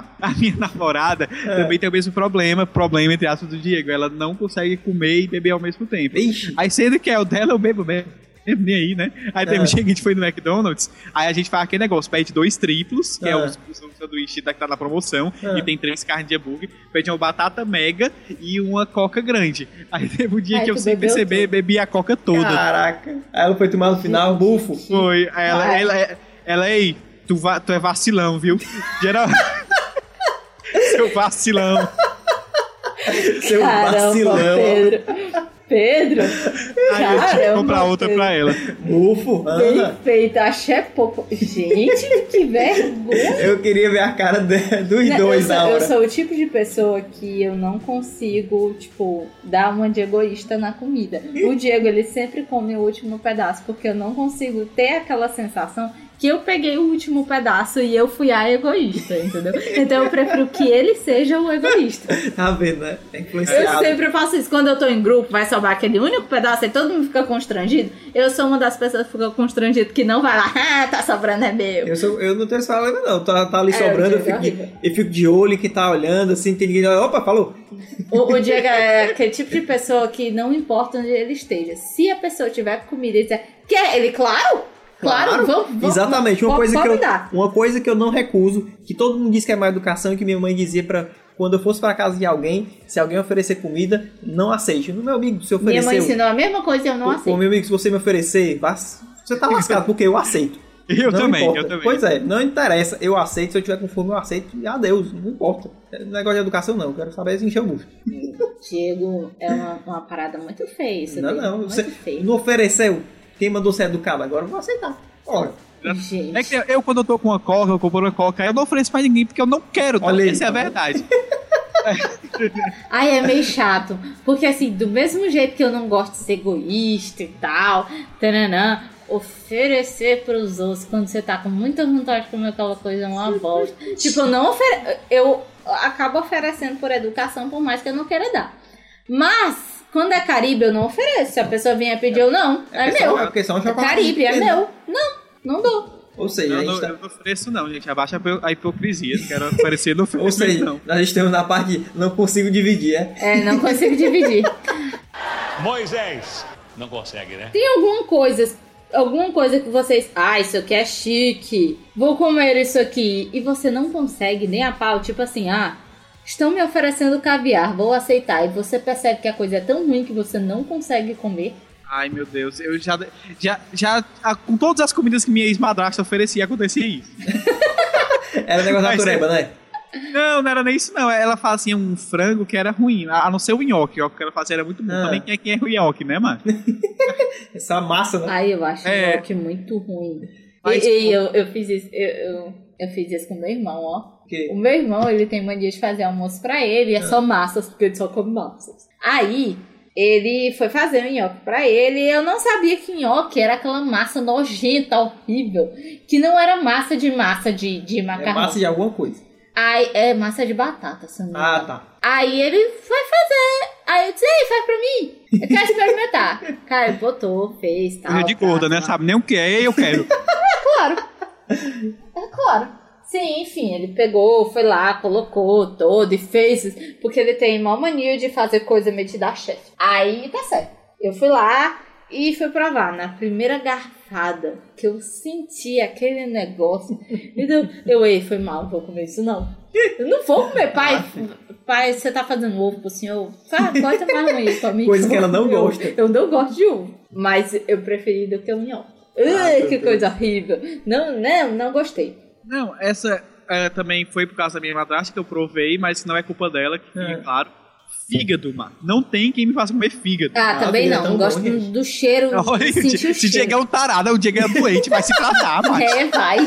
a, a minha namorada
É.
também tem o mesmo problema, problema entre aspas do Diego. Ela não consegue comer e beber ao mesmo tempo.
Ixi.
Aí sendo que é o dela, eu bebo mesmo. Nem aí, né? Aí teve um
É.
dia que a gente foi no McDonald's, aí a gente faz aquele negócio, pede dois triplos, que é,
É.
o o sanduíche da que tá na promoção,
É.
e tem três carnes de hambúrguer, pede uma batata mega e uma coca grande. Aí teve um dia
Aí
que eu
tu
sem
bebeu
perceber,
tudo. Ah,
bebi a coca toda.
Caraca. Aí ela foi tomar no final, bufo.
Foi. Aí Ela,
Ah.
ela, é, ela, ei, tu, va, tu é vacilão, viu? Geral... Seu vacilão.
Seu
Caramba,
um vacilão.
Pedro. Pedro?
Aí eu tive que
Caramba,
comprar outra
Pedro.
pra ela.
Bufo,
Bem
Ana.
feito, achei pouco. Gente, que vergonha!
Eu queria ver a cara de- dos
Né, eu,
dois na
sou, eu
hora.
sou o tipo de pessoa que eu não consigo, tipo, dar uma de egoísta na comida. O Diego, ele sempre come o último pedaço, porque eu não consigo ter aquela sensação que eu peguei o último pedaço e eu fui a egoísta, entendeu? Então eu prefiro que ele seja o egoísta.
Tá vendo, né? É
Eu
influenciado.
sempre faço isso. Quando eu tô em grupo, vai sobrar aquele único pedaço e todo mundo fica constrangido. Eu sou uma das pessoas que fica constrangido, que não vai lá, ah, tá sobrando, é meu.
Eu, sou- eu não tenho esse problema, não. Tá, tá ali
É,
sobrando,
o
eu
Diego
fico,
é
de,
horrível.
eu fico de olho que tá olhando, assim, tem ninguém. Opa, falou.
O, o Diego é aquele tipo de pessoa que não importa onde ele esteja. Se a pessoa tiver comida e dizer, quer ele, claro? Claro, vamos, vamos.
Exatamente, uma
vamos,
coisa, que
vamos
eu,
dar.
uma coisa que eu não recuso, que todo mundo diz que é má educação e que minha mãe dizia pra quando eu fosse pra casa de alguém, se alguém oferecer comida, não aceite. No meu amigo, se
Minha
oferecer.
mãe ensinou a mesma coisa e eu não
pô, pô,
aceito.
meu amigo, se você me oferecer, vá- você tá lascado, porque eu aceito.
Eu
Não
também,
importa.
eu também.
Pois é, não interessa, eu aceito, se eu tiver com fome, eu aceito, e adeus, não importa. É Negócio de educação não, eu quero saber se encher o bucho.
Diego é uma, uma parada muito feia isso.
Não,
dele,
não,
Muito
você
feio.
não ofereceu, quem mandou ser educado agora, eu vou aceitar. Olha,
Gente.
É que eu, quando eu tô com uma coca, eu compro uma coca, eu não ofereço pra ninguém porque eu não quero. Tá?
Olha aí,
Essa é a
tá vendo?
verdade.
Ai, é meio chato. Porque assim, do mesmo jeito que eu não gosto de ser egoísta e tal, tananã, oferecer pros outros quando você tá com muita vontade de comer aquela coisa é uma bosta. tipo, eu não ofere... Eu acabo oferecendo por educação, por mais que eu não queira dar. Mas, quando é Caribe, eu não ofereço. Se a pessoa vier pedir, eu não. É,
porque
meu.
só- é porque só um
É
chocolate.
Caribe, é meu. Não, não dou.
Ou seja, a
Eu
gente
não,
tá...
eu não ofereço, não, gente. Abaixa a hipro- a hipocrisia. Não quero aparecer no
Ou seja,
não.
nós estamos na parte de não consigo dividir, é?
É, não consigo dividir.
Moisés. Não consegue, né?
Tem alguma coisa, alguma coisa que vocês, ah, isso aqui é chique, vou comer isso aqui, e você não consegue nem a pau, tipo assim, ah, estão me oferecendo caviar, vou aceitar, e você percebe que a coisa é tão ruim que você não consegue comer.
Ai, meu Deus. Eu já. já, já a- com todas as comidas que minha ex-madrasta oferecia, acontecia isso.
Era um negócio da
Mas
tureba, né?
Não, não era nem isso, não. Ela fazia um frango que era ruim. A a não ser o nhoque. O nhoque que ela fazia era muito bom.
Ah.
Também quem é quem é o nhoque, né, mano?
Essa massa, né?
Aí eu acho
É.
um que muito ruim.
Mas-
e, e eu, eu fiz isso, eu, eu, eu fiz isso com meu irmão, ó. O
Porque
meu irmão, ele tem mania de fazer almoço pra ele, e é só massas, porque ele só come massas. Aí, ele foi fazer o nhoque pra ele, e eu não sabia que nhoque era aquela massa nojenta, horrível, que não era massa de massa de, de
é
macarrão.
massa de alguma coisa.
Aí, é massa de batata, se eu não me engano.
Ah, tá.
Aí ele foi fazer, aí eu disse, ei, faz pra mim, eu quero experimentar. Cara, ele botou, fez, tal.
Coisa de
tal,
Ah.
gorda, né?
tal.
Sabe nem o que é, eu quero.
É claro. Sim, enfim, ele pegou, foi lá, colocou todo e fez. Porque ele tem maior mania de fazer coisa metida a chefe. Aí tá certo. Eu fui lá e fui provar. Na primeira garfada que eu senti aquele negócio, me deu- eu, ei, foi mal, não vou comer isso não. Eu não vou comer, pai. Pai, você tá fazendo ovo pro senhor? Fala, corta mais um aí pra mim.
Coisa
eu
que ela
vou
não
comer ovo.
gosta.
Eu não gosto de ovo, mas eu preferi do que o nhoque. Ai,
meu
que
Deus.
coisa horrível. Não, não, não gostei.
Não, essa é, também foi por causa da minha madrasta que eu provei, mas não é culpa dela, que fique
É.
claro. Fígado, mano. Não tem quem me faça comer fígado.
Ah,
Ah,
também
vida,
não.
tão
Não gosto
bom, gente.
do cheiro.
Olha, o
sentir o
Diego- se Diego é
cheiro.
um tarado, o Diego é doente, vai se tratar, mano.
É, vai.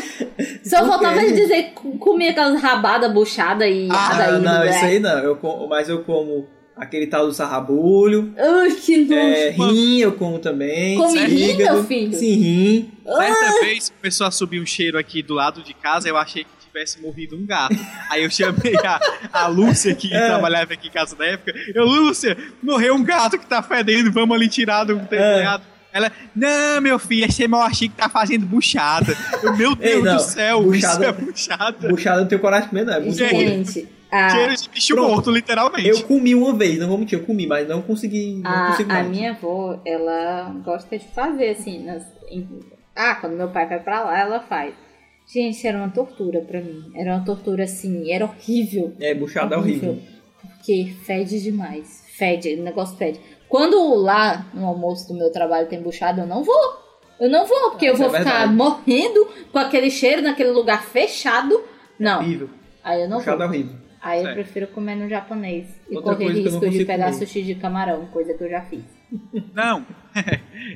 Só
Por
faltava
quê,
ele
gente?
dizer que comia aquelas rabadas buchadas e
Ah,
ah, aí.
não, não,
né?
isso aí não. Eu como, mas eu como aquele tal do sarrabulho,
Ai, que nojo.
é, rim eu como também.
Come
sim,
rim,
fígado.
meu filho?
Sim, rim.
Certa vez começou a subir um cheiro aqui do lado de casa, eu achei que tivesse morrido um gato. Aí eu chamei a, a Lúcia, que
É.
trabalhava aqui em casa na época. Eu, Lúcia, morreu um gato que tá fedendo, vamos ali tirar do
É.
telhado. Ela, não, meu filho, esse é meu achei que tá fazendo buchada. Eu, meu
Ei,
Deus
não,
do céu, isso
buchada-
é buchada.
Buchada eu não tenho coragem de comer, não. É muito bom.
Gente, a,
Cheiro de bicho
Ah, Pronto.
morto, literalmente.
Eu comi uma vez, não vou mentir, eu comi, mas não consegui. Não
Ah, a,
consigo
a
mais.
minha avó, ela gosta de fazer assim. nas- em- ah, quando meu pai vai pra lá, ela faz. Gente, era uma tortura pra mim. Era uma tortura assim, era horrível.
É, buchada é horrível.
Porque fede demais. Fede, o negócio fede. Quando lá no almoço do meu trabalho tem buchada, eu não vou. Eu não vou, porque
Ah,
eu
isso
vou
é
ficar
verdade.
morrendo com aquele cheiro naquele lugar fechado. Não,
Horrível.
aí eu não
Buchada é
vou.
horrível.
Aí eu
É.
prefiro comer no japonês e
Outra
correr
coisa que eu
risco
não
de
consigo
pegar
comer.
sushi de camarão, coisa que eu já fiz.
Não.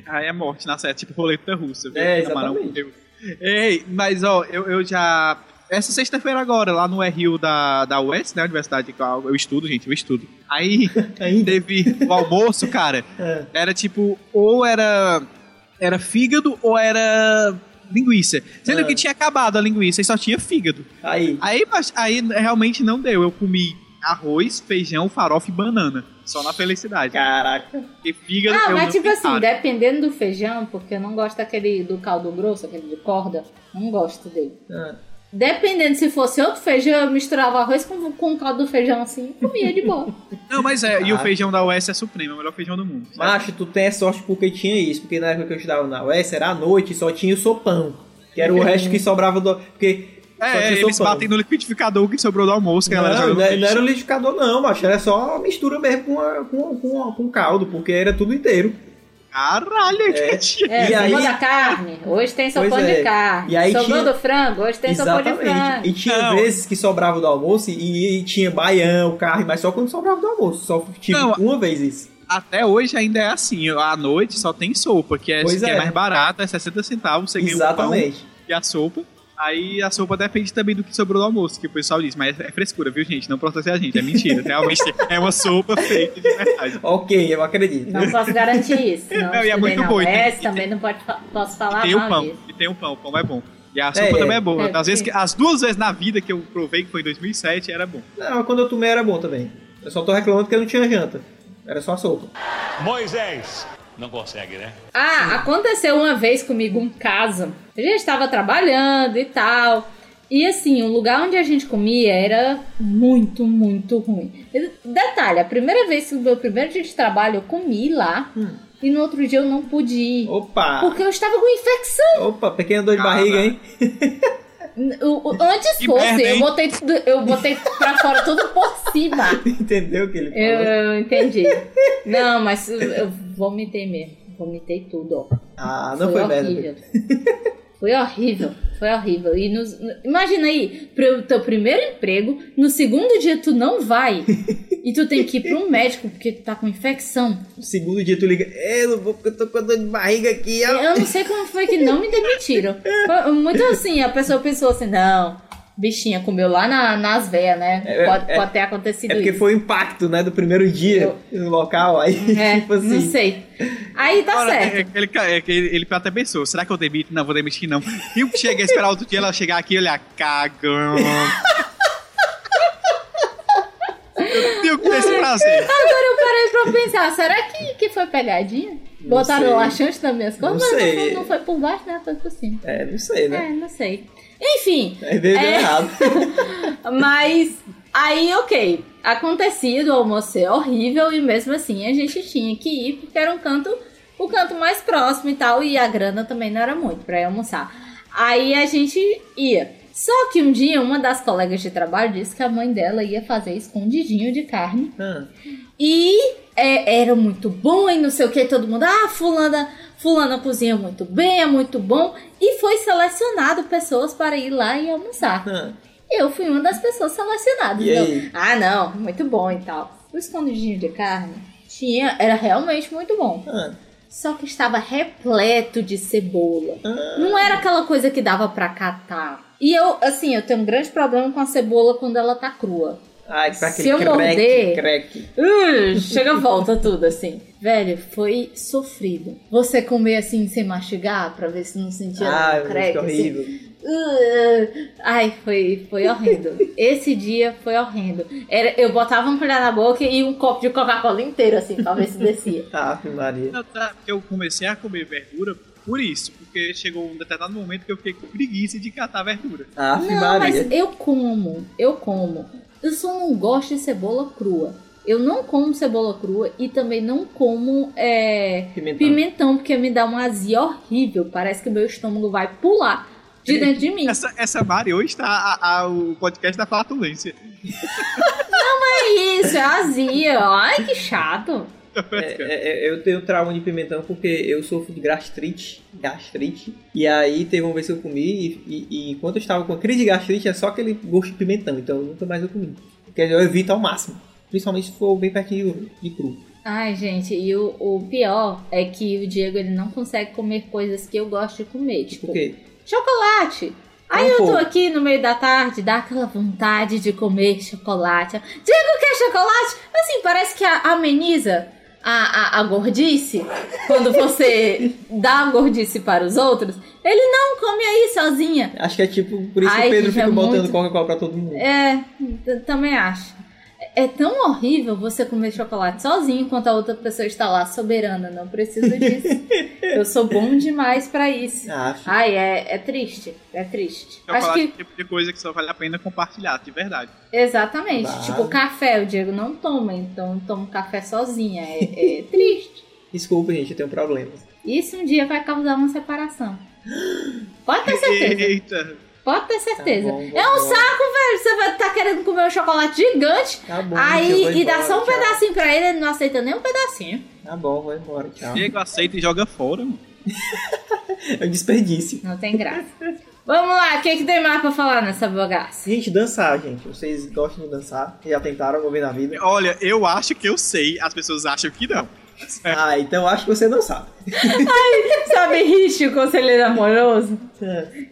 Aí é morte na série, tipo roleta russa. Viu?
É,
Camarão
exatamente.
morreu. Ei, mas ó, eu, eu já. Essa sexta-feira agora, lá no Rio da, da UES, né? Universidade que eu, eu estudo, gente, eu estudo. Aí
Ainda.
teve o almoço, cara.
É.
Era tipo, ou era. Era fígado ou era linguiça. Sendo
É.
Ah.
que tinha acabado a linguiça e só tinha fígado.
Aí.
Aí, mas- aí realmente não deu. Eu comi arroz, feijão, farofa e banana. Só na felicidade.
Caraca.
Porque fígado
Ah,
eu não
mas tipo
fiz
assim,
nada.
dependendo do feijão, porque eu não gosto daquele do caldo grosso, aquele de corda, não gosto dele.
Ah,
Dependendo se fosse outro feijão, eu misturava arroz com, com caldo do feijão assim e comia de boa.
Não, mas é, e o
Ah.
feijão da US é supremo, é o melhor feijão do mundo. sabe?
Macho, tu tem sorte porque tinha isso. Porque na época que eu estudava na UES, era à noite e só tinha o sopão. Que era o resto que sobrava do. Porque. só
é,
tinha
eles
sopão.
batem no liquidificador que sobrou do almoço, que a galera
Não,
joga no
não, é- não
lixo.
era o liquidificador, não, macho. Era só mistura mesmo com, a- com, com, com caldo, porque era tudo inteiro.
Caralho, é. que tinha.
É,
E
sobrou
aí-
da carne, hoje tem sopão
Pois é.
de carne.
E aí
sobrou
tinha-
do frango, hoje tem sopão de frango.
Exatamente. E tinha
Não.
vezes que sobrava do almoço e, e tinha baião, carne, mas só quando sobrava do almoço. Só tive
Não.
uma vez isso.
Até hoje ainda é assim, à noite só tem sopa, que é,
Pois
que é
é.
mais barata, é 60 centavos, você ganha um pão
Exatamente.
e a sopa. Aí a sopa depende também do que sobrou do almoço, que o pessoal diz, mas é frescura, viu, gente? Não processe a gente, é mentira. Realmente é uma sopa feita de verdade.
Ok, eu acredito.
Não posso garantir isso. Não,
Não, e é
estudei
muito
na
bom, e tem-
UES,
e tem-
também não pode, fa- posso falar
E tem o
mal
pão,
disso.
e tem o pão, o pão é bom. E a
É,
sopa
é.
também é boa.
Ah, É,
Às vezes,
porque-
que- as duas vezes na vida que eu provei, que foi em 2007, era bom.
Não, quando eu tomei era bom também. Eu só tô reclamando que eu não tinha janta. Era só a sopa.
Moisés. Não consegue, né?
Ah, aconteceu uma vez comigo um caso. A gente estava trabalhando e tal. E assim, o lugar onde a gente comia era muito, muito ruim. E- Detalhe, a primeira vez que o meu primeiro dia de trabalho eu comi lá
Hum.
e no outro dia eu não pude ir.
Opa!
Porque eu estava com infecção.
Opa, pequena dor de
Cara.
barriga, hein?
Eu- eu- antes
Que
fosse,
merda,
eu
hein?
botei, tudo, eu botei pra fora tudo por cima.
Entendeu o que ele
Eu,
falou?
eu entendi. Não, mas eu- eu vomitei mesmo. Vomitei tudo, ó.
Ah, não foi, merda.
horrível. Foi horrível, foi horrível. E nos, imagina aí, pro teu primeiro emprego, no segundo dia tu não vai. e tu tem que ir pro médico porque tu tá com infecção.
No segundo dia tu liga, eu não vou porque eu tô com dor de barriga aqui. ó."
Eu não sei como foi que não me demitiram. Foi muito assim, a pessoa pensou assim, não, bichinha comeu lá na, nas veias, né?
É,
Pode,
é,
pode ter acontecido
É porque
isso.
foi o impacto, né, do primeiro dia no local, aí
É,
tipo assim. né?
não sei. Aí tá
Ora,
certo.
é que Ele, é que ele, ele até pensou, será que eu demito? Não, vou demitir não. E o que chega a esperar outro dia ela chegar aqui e olhar, cagão. Eu tenho que ter esse prazer.
Agora eu parei pra pensar, será que, que foi pegadinha?
Não
Botaram
sei.
laxante nas minhas costas, mas
Não
não
sei.
foi, não foi por baixo, né? Foi por cima.
É, não sei,
É,
né?
não sei. Enfim,
Aí veio deu
É.
errado.
mas aí, ok. Acontecia do almoço ser horrível e mesmo assim a gente tinha que ir porque era um canto, o canto mais próximo e tal. E a grana também não era muito pra ir almoçar. Aí a gente ia. Só que um dia uma das colegas de trabalho disse que a mãe dela ia fazer escondidinho de carne
Ah,
E é, era muito bom e não sei o que, todo mundo, ah, fulana, fulana cozinha muito bem, é muito bom. E foi selecionado pessoas para ir lá e almoçar.
ah.
Eu fui uma das pessoas selecionadas.
E
Eu,
aí?
ah, não, muito bom e tal. O escondidinho de carne tinha, era realmente muito bom.
Ah.
Só que estava repleto de cebola.
Ah.
Não era aquela coisa que dava pra catar. E eu, assim, eu tenho um grande problema com a cebola quando ela tá crua.
Ai, pra
Se
aquele
eu
crack,
morder-
crack.
Uh, chega volta tudo assim. Velho, foi sofrido. Você comer assim sem mastigar pra ver se não sentia um
Ai, meu Deus,
creque,
Ah, que é
assim.
horrível.
Uh, ai, foi, foi horrendo. Esse dia foi horrendo. Era, eu botava um colher na boca e um copo de Coca-Cola inteiro, assim, pra ver se descia.
Ah, Maria.
Não, tá, porque eu comecei a comer verdura por isso, porque chegou um determinado momento que eu fiquei com preguiça de catar verdura.
Ah,
Não,
Maria.
mas eu como, eu como. Eu só não gosto de cebola crua. Eu não como cebola crua e também não como é,
Pimentão.
pimentão, porque me dá uma azia horrível. Parece que meu estômago vai pular de dentro de mim.
Essa, essa Mari hoje tá a- a- o podcast da flatulência.
É isso, é azia. Ai, que chato.
É, é, é, eu tenho trauma de pimentão porque eu sofro de gastrite. Gastrite. E aí teve uma vez que eu comi e, e- e enquanto eu estava com a crise de gastrite, é só aquele gosto de pimentão. Então eu nunca mais eu comi. Porque eu evito ao máximo. Principalmente se for bem pertinho de, de cru.
Ai, gente, e o, o pior é que o Diego ele não consegue comer coisas que eu gosto de comer. Tipo,
Porque
chocolate. Aí
Não,
eu tô
pô.
aqui no meio da tarde, dá aquela vontade de comer chocolate. Diego quer chocolate? Assim, parece que a- ameniza a, a, a gordice. Quando você dá a gordice para os outros, ele não come aí sozinha.
acho que é tipo, por isso
Ai,
que o Pedro
gente, é
fica botando
muito-
Coca-Cola pra todo mundo.
É, t- também acho. É tão horrível você comer chocolate sozinho enquanto a outra pessoa está lá soberana. Não preciso disso. Eu sou bom demais pra isso.
Ah, Acho.
Ai, é, é triste. É triste.
Eu
Acho
falar
que
que... tipo de coisa que só vale a pena compartilhar, de verdade.
Exatamente.
Vale.
Tipo, café o Diego não toma, então eu tomo café sozinha. É, é triste.
Desculpa, gente, eu tenho um problemas.
Isso um dia vai causar uma separação. Pode ter certeza.
Eita!
Pode ter
Tá
certeza.
bom,
é um
vovó.
saco, velho. Você vai estar querendo comer um chocolate gigante.
Tá bom, gente, eu vou
aí e dá
embora,
só um
tchau.
pedacinho pra ele, ele não aceita nem um pedacinho.
Tá bom, vou embora, tchau.
Diego aceita e joga fora, mano.
É um desperdício.
Não tem graça. Vamos lá, o que, que tem mais pra falar nessa bagaça?
Gente, dançar, gente. Vocês gostam de dançar? Já tentaram alguma vez na vida?
Olha, eu acho que eu sei, as pessoas acham que não.
Ah, então acho que você não sabe.
Sabe Rich, o conselheiro amoroso?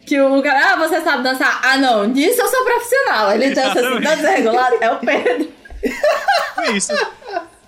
Que o cara, ah, você sabe dançar? Ah, não, nisso eu sou profissional. Ele dança assim, dança regulado, é o Pedro.
Foi É isso.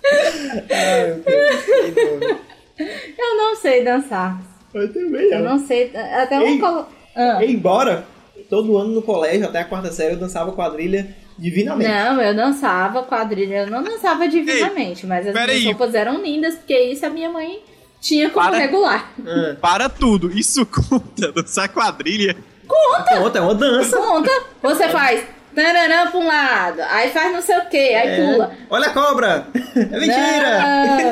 Ai, meu Deus, que doido.
Eu não sei dançar.
Eu também,
Eu não sei, até
Ei.
um colo... Ah.
Embora todo ano no colégio, até a quarta série, eu dançava quadrilha divinamente.
Não, eu dançava quadrilha, eu não dançava divinamente, mas as
peraí.
minhas roupas eram lindas, porque isso a minha mãe tinha como
Para.
regular.
Ah,
Para tudo, isso conta, dançar quadrilha.
conta, é uma dança.
Conta, você faz tananã pra um lado, aí faz não sei o que, aí
É.
pula.
Olha a cobra! É mentira!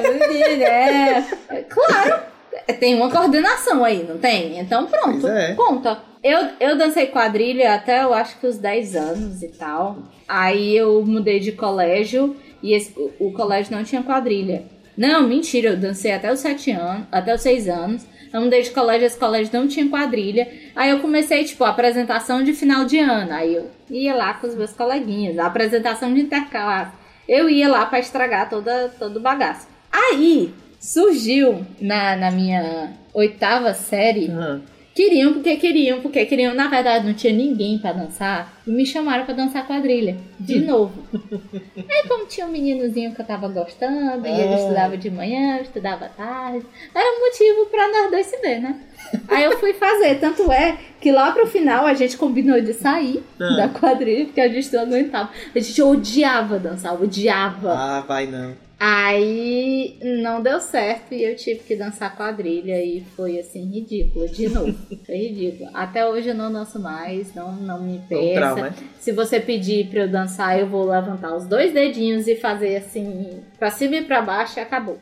Não, mentira, é. É Claro, é, tem uma coordenação aí, não tem? Então pronto,
Pois é.
conta. Eu, eu dancei quadrilha até eu acho que os 10 anos e tal. Aí eu mudei de colégio e esse- o, o colégio não tinha quadrilha. Não, mentira, eu dancei até os 7 anos, até os 6 anos. Eu mudei de colégio, esse colégio não tinha quadrilha. Aí eu comecei, tipo, a apresentação de final de ano. Aí eu ia lá com os meus coleguinhas, a apresentação de intercalado. Eu ia lá pra estragar toda, todo o bagaço. Aí surgiu na, na minha oitava série.
Ah,
Queriam porque queriam, porque queriam. Na verdade, não tinha ninguém pra dançar. E me chamaram pra dançar quadrilha.
Hum.
De novo. Aí, como tinha um meninozinho que eu tava gostando, e ele
Ah.
estudava de manhã, eu estudava à tarde, era um motivo pra nós dois se ver, né? Aí eu fui fazer. Tanto é que lá pro final a gente combinou de sair
Ah.
da quadrilha, porque a gente não aguentava. A gente odiava dançar, odiava.
ah, vai não.
Aí não deu certo e eu tive que dançar quadrilha e foi assim ridículo de novo. Foi ridículo. Até hoje eu não danço mais, não, não me
É um
peça.
trauma, né?
Se você pedir pra eu dançar, eu vou levantar os dois dedinhos e fazer assim, pra cima e pra baixo e acabou.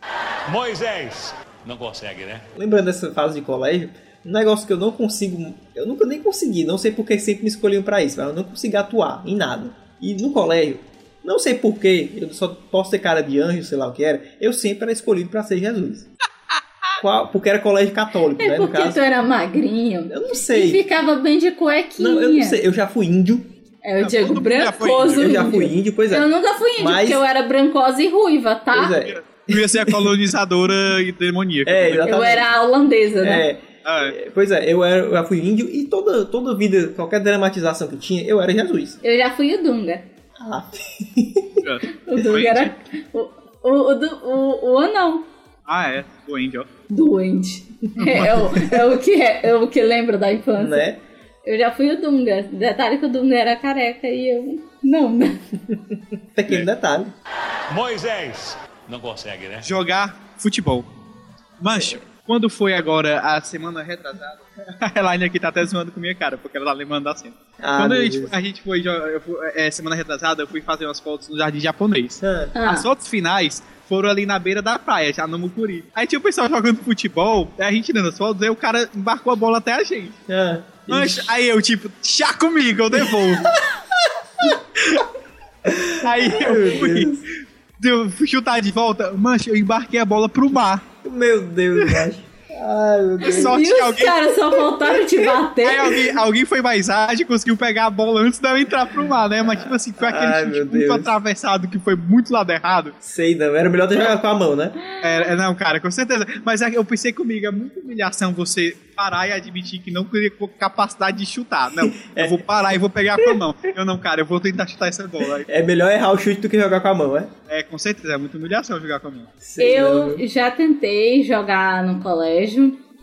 Moisés. Não consegue, né?
Lembrando dessa fase de colégio, um negócio que eu não consigo. Eu nunca nem consegui, não sei porque sempre me escolhiam pra isso, mas eu não consigo atuar em nada. E no colégio, não sei porquê, eu só posso ter cara de anjo, sei lá o que era, eu sempre era escolhido pra ser Jesus. Qual- porque era colégio católico,
É
né? No
porque
caso.
tu era magrinho
Eu não
e
sei.
ficava bem de cuequinha.
Não, eu não sei. Eu já fui índio.
É o
Ah,
Diego
todo mundo já foi
brancoso.
Eu já fui
índio.
índio, pois é.
Eu nunca fui índio,
Mas-
porque eu era brancosa e ruiva, tá?
Pois é.
Eu ia ser a colonizadora e demoníaca.
É,
Eu
exatamente.
era holandesa, né?
É,
Ah,
é, pois é, eu, era, eu já fui índio e toda, toda vida, qualquer dramatização que tinha, eu era Jesus.
Eu já fui o Dunga.
Ah,
O Dunga era. O, o, o, do- o, o anão.
ah é, doente, ó. assim?
Doente. É, o, é, o que é, é o que lembro da infância.
né?
Eu já fui o Dunga. Detalhe que o Dunga era careca e eu. Não, né?
Pequeno detalhe.
Moisés. Não consegue, né?
jogar futebol. Mancho, quando foi agora a semana retrasada? A Elaine aqui tá até zoando com minha cara, porque ela tá lembrando assim.
Ah,
quando a
meu
gente,
Deus.
a gente foi, jo- eu fui- é, semana retrasada, eu fui fazer umas fotos no jardim japonês.
Ah,
Ah.
As fotos finais foram ali na beira da praia, já no Mucuri. Aí tinha o pessoal jogando futebol, aí a gente tirando as fotos, aí o cara embarcou a bola até a gente.
ah.
Mancho, aí eu, tipo, já comigo, eu devolvo. aí eu fui, eu fui chutar de volta, mancho, eu embarquei a bola pro mar.
Meu Deus, macho. Ai, meu Deus.
Sorte
E
que
os
alguém.
caras só voltaram te
Aí
bater.
alguém, alguém foi mais ágil, conseguiu pegar a bola antes de eu entrar pro mar, né? Mas tipo assim, foi aquele
Ai,
chute
meu
muito
Deus.
atravessado que foi muito lado errado.
Sei não, era melhor ter jogado com a mão, né?
É, é, não, cara, com certeza. Mas é que eu pensei comigo, é muita humilhação você parar e admitir que não teria co- capacidade de chutar. Não, eu vou parar e vou pegar com a mão. Eu não, cara, eu vou tentar chutar essa bola.
É melhor errar o chute do que jogar com a mão, é?
É, com certeza, é muita humilhação jogar com a mão.
Sei não, viu?
Eu já tentei jogar no colégio.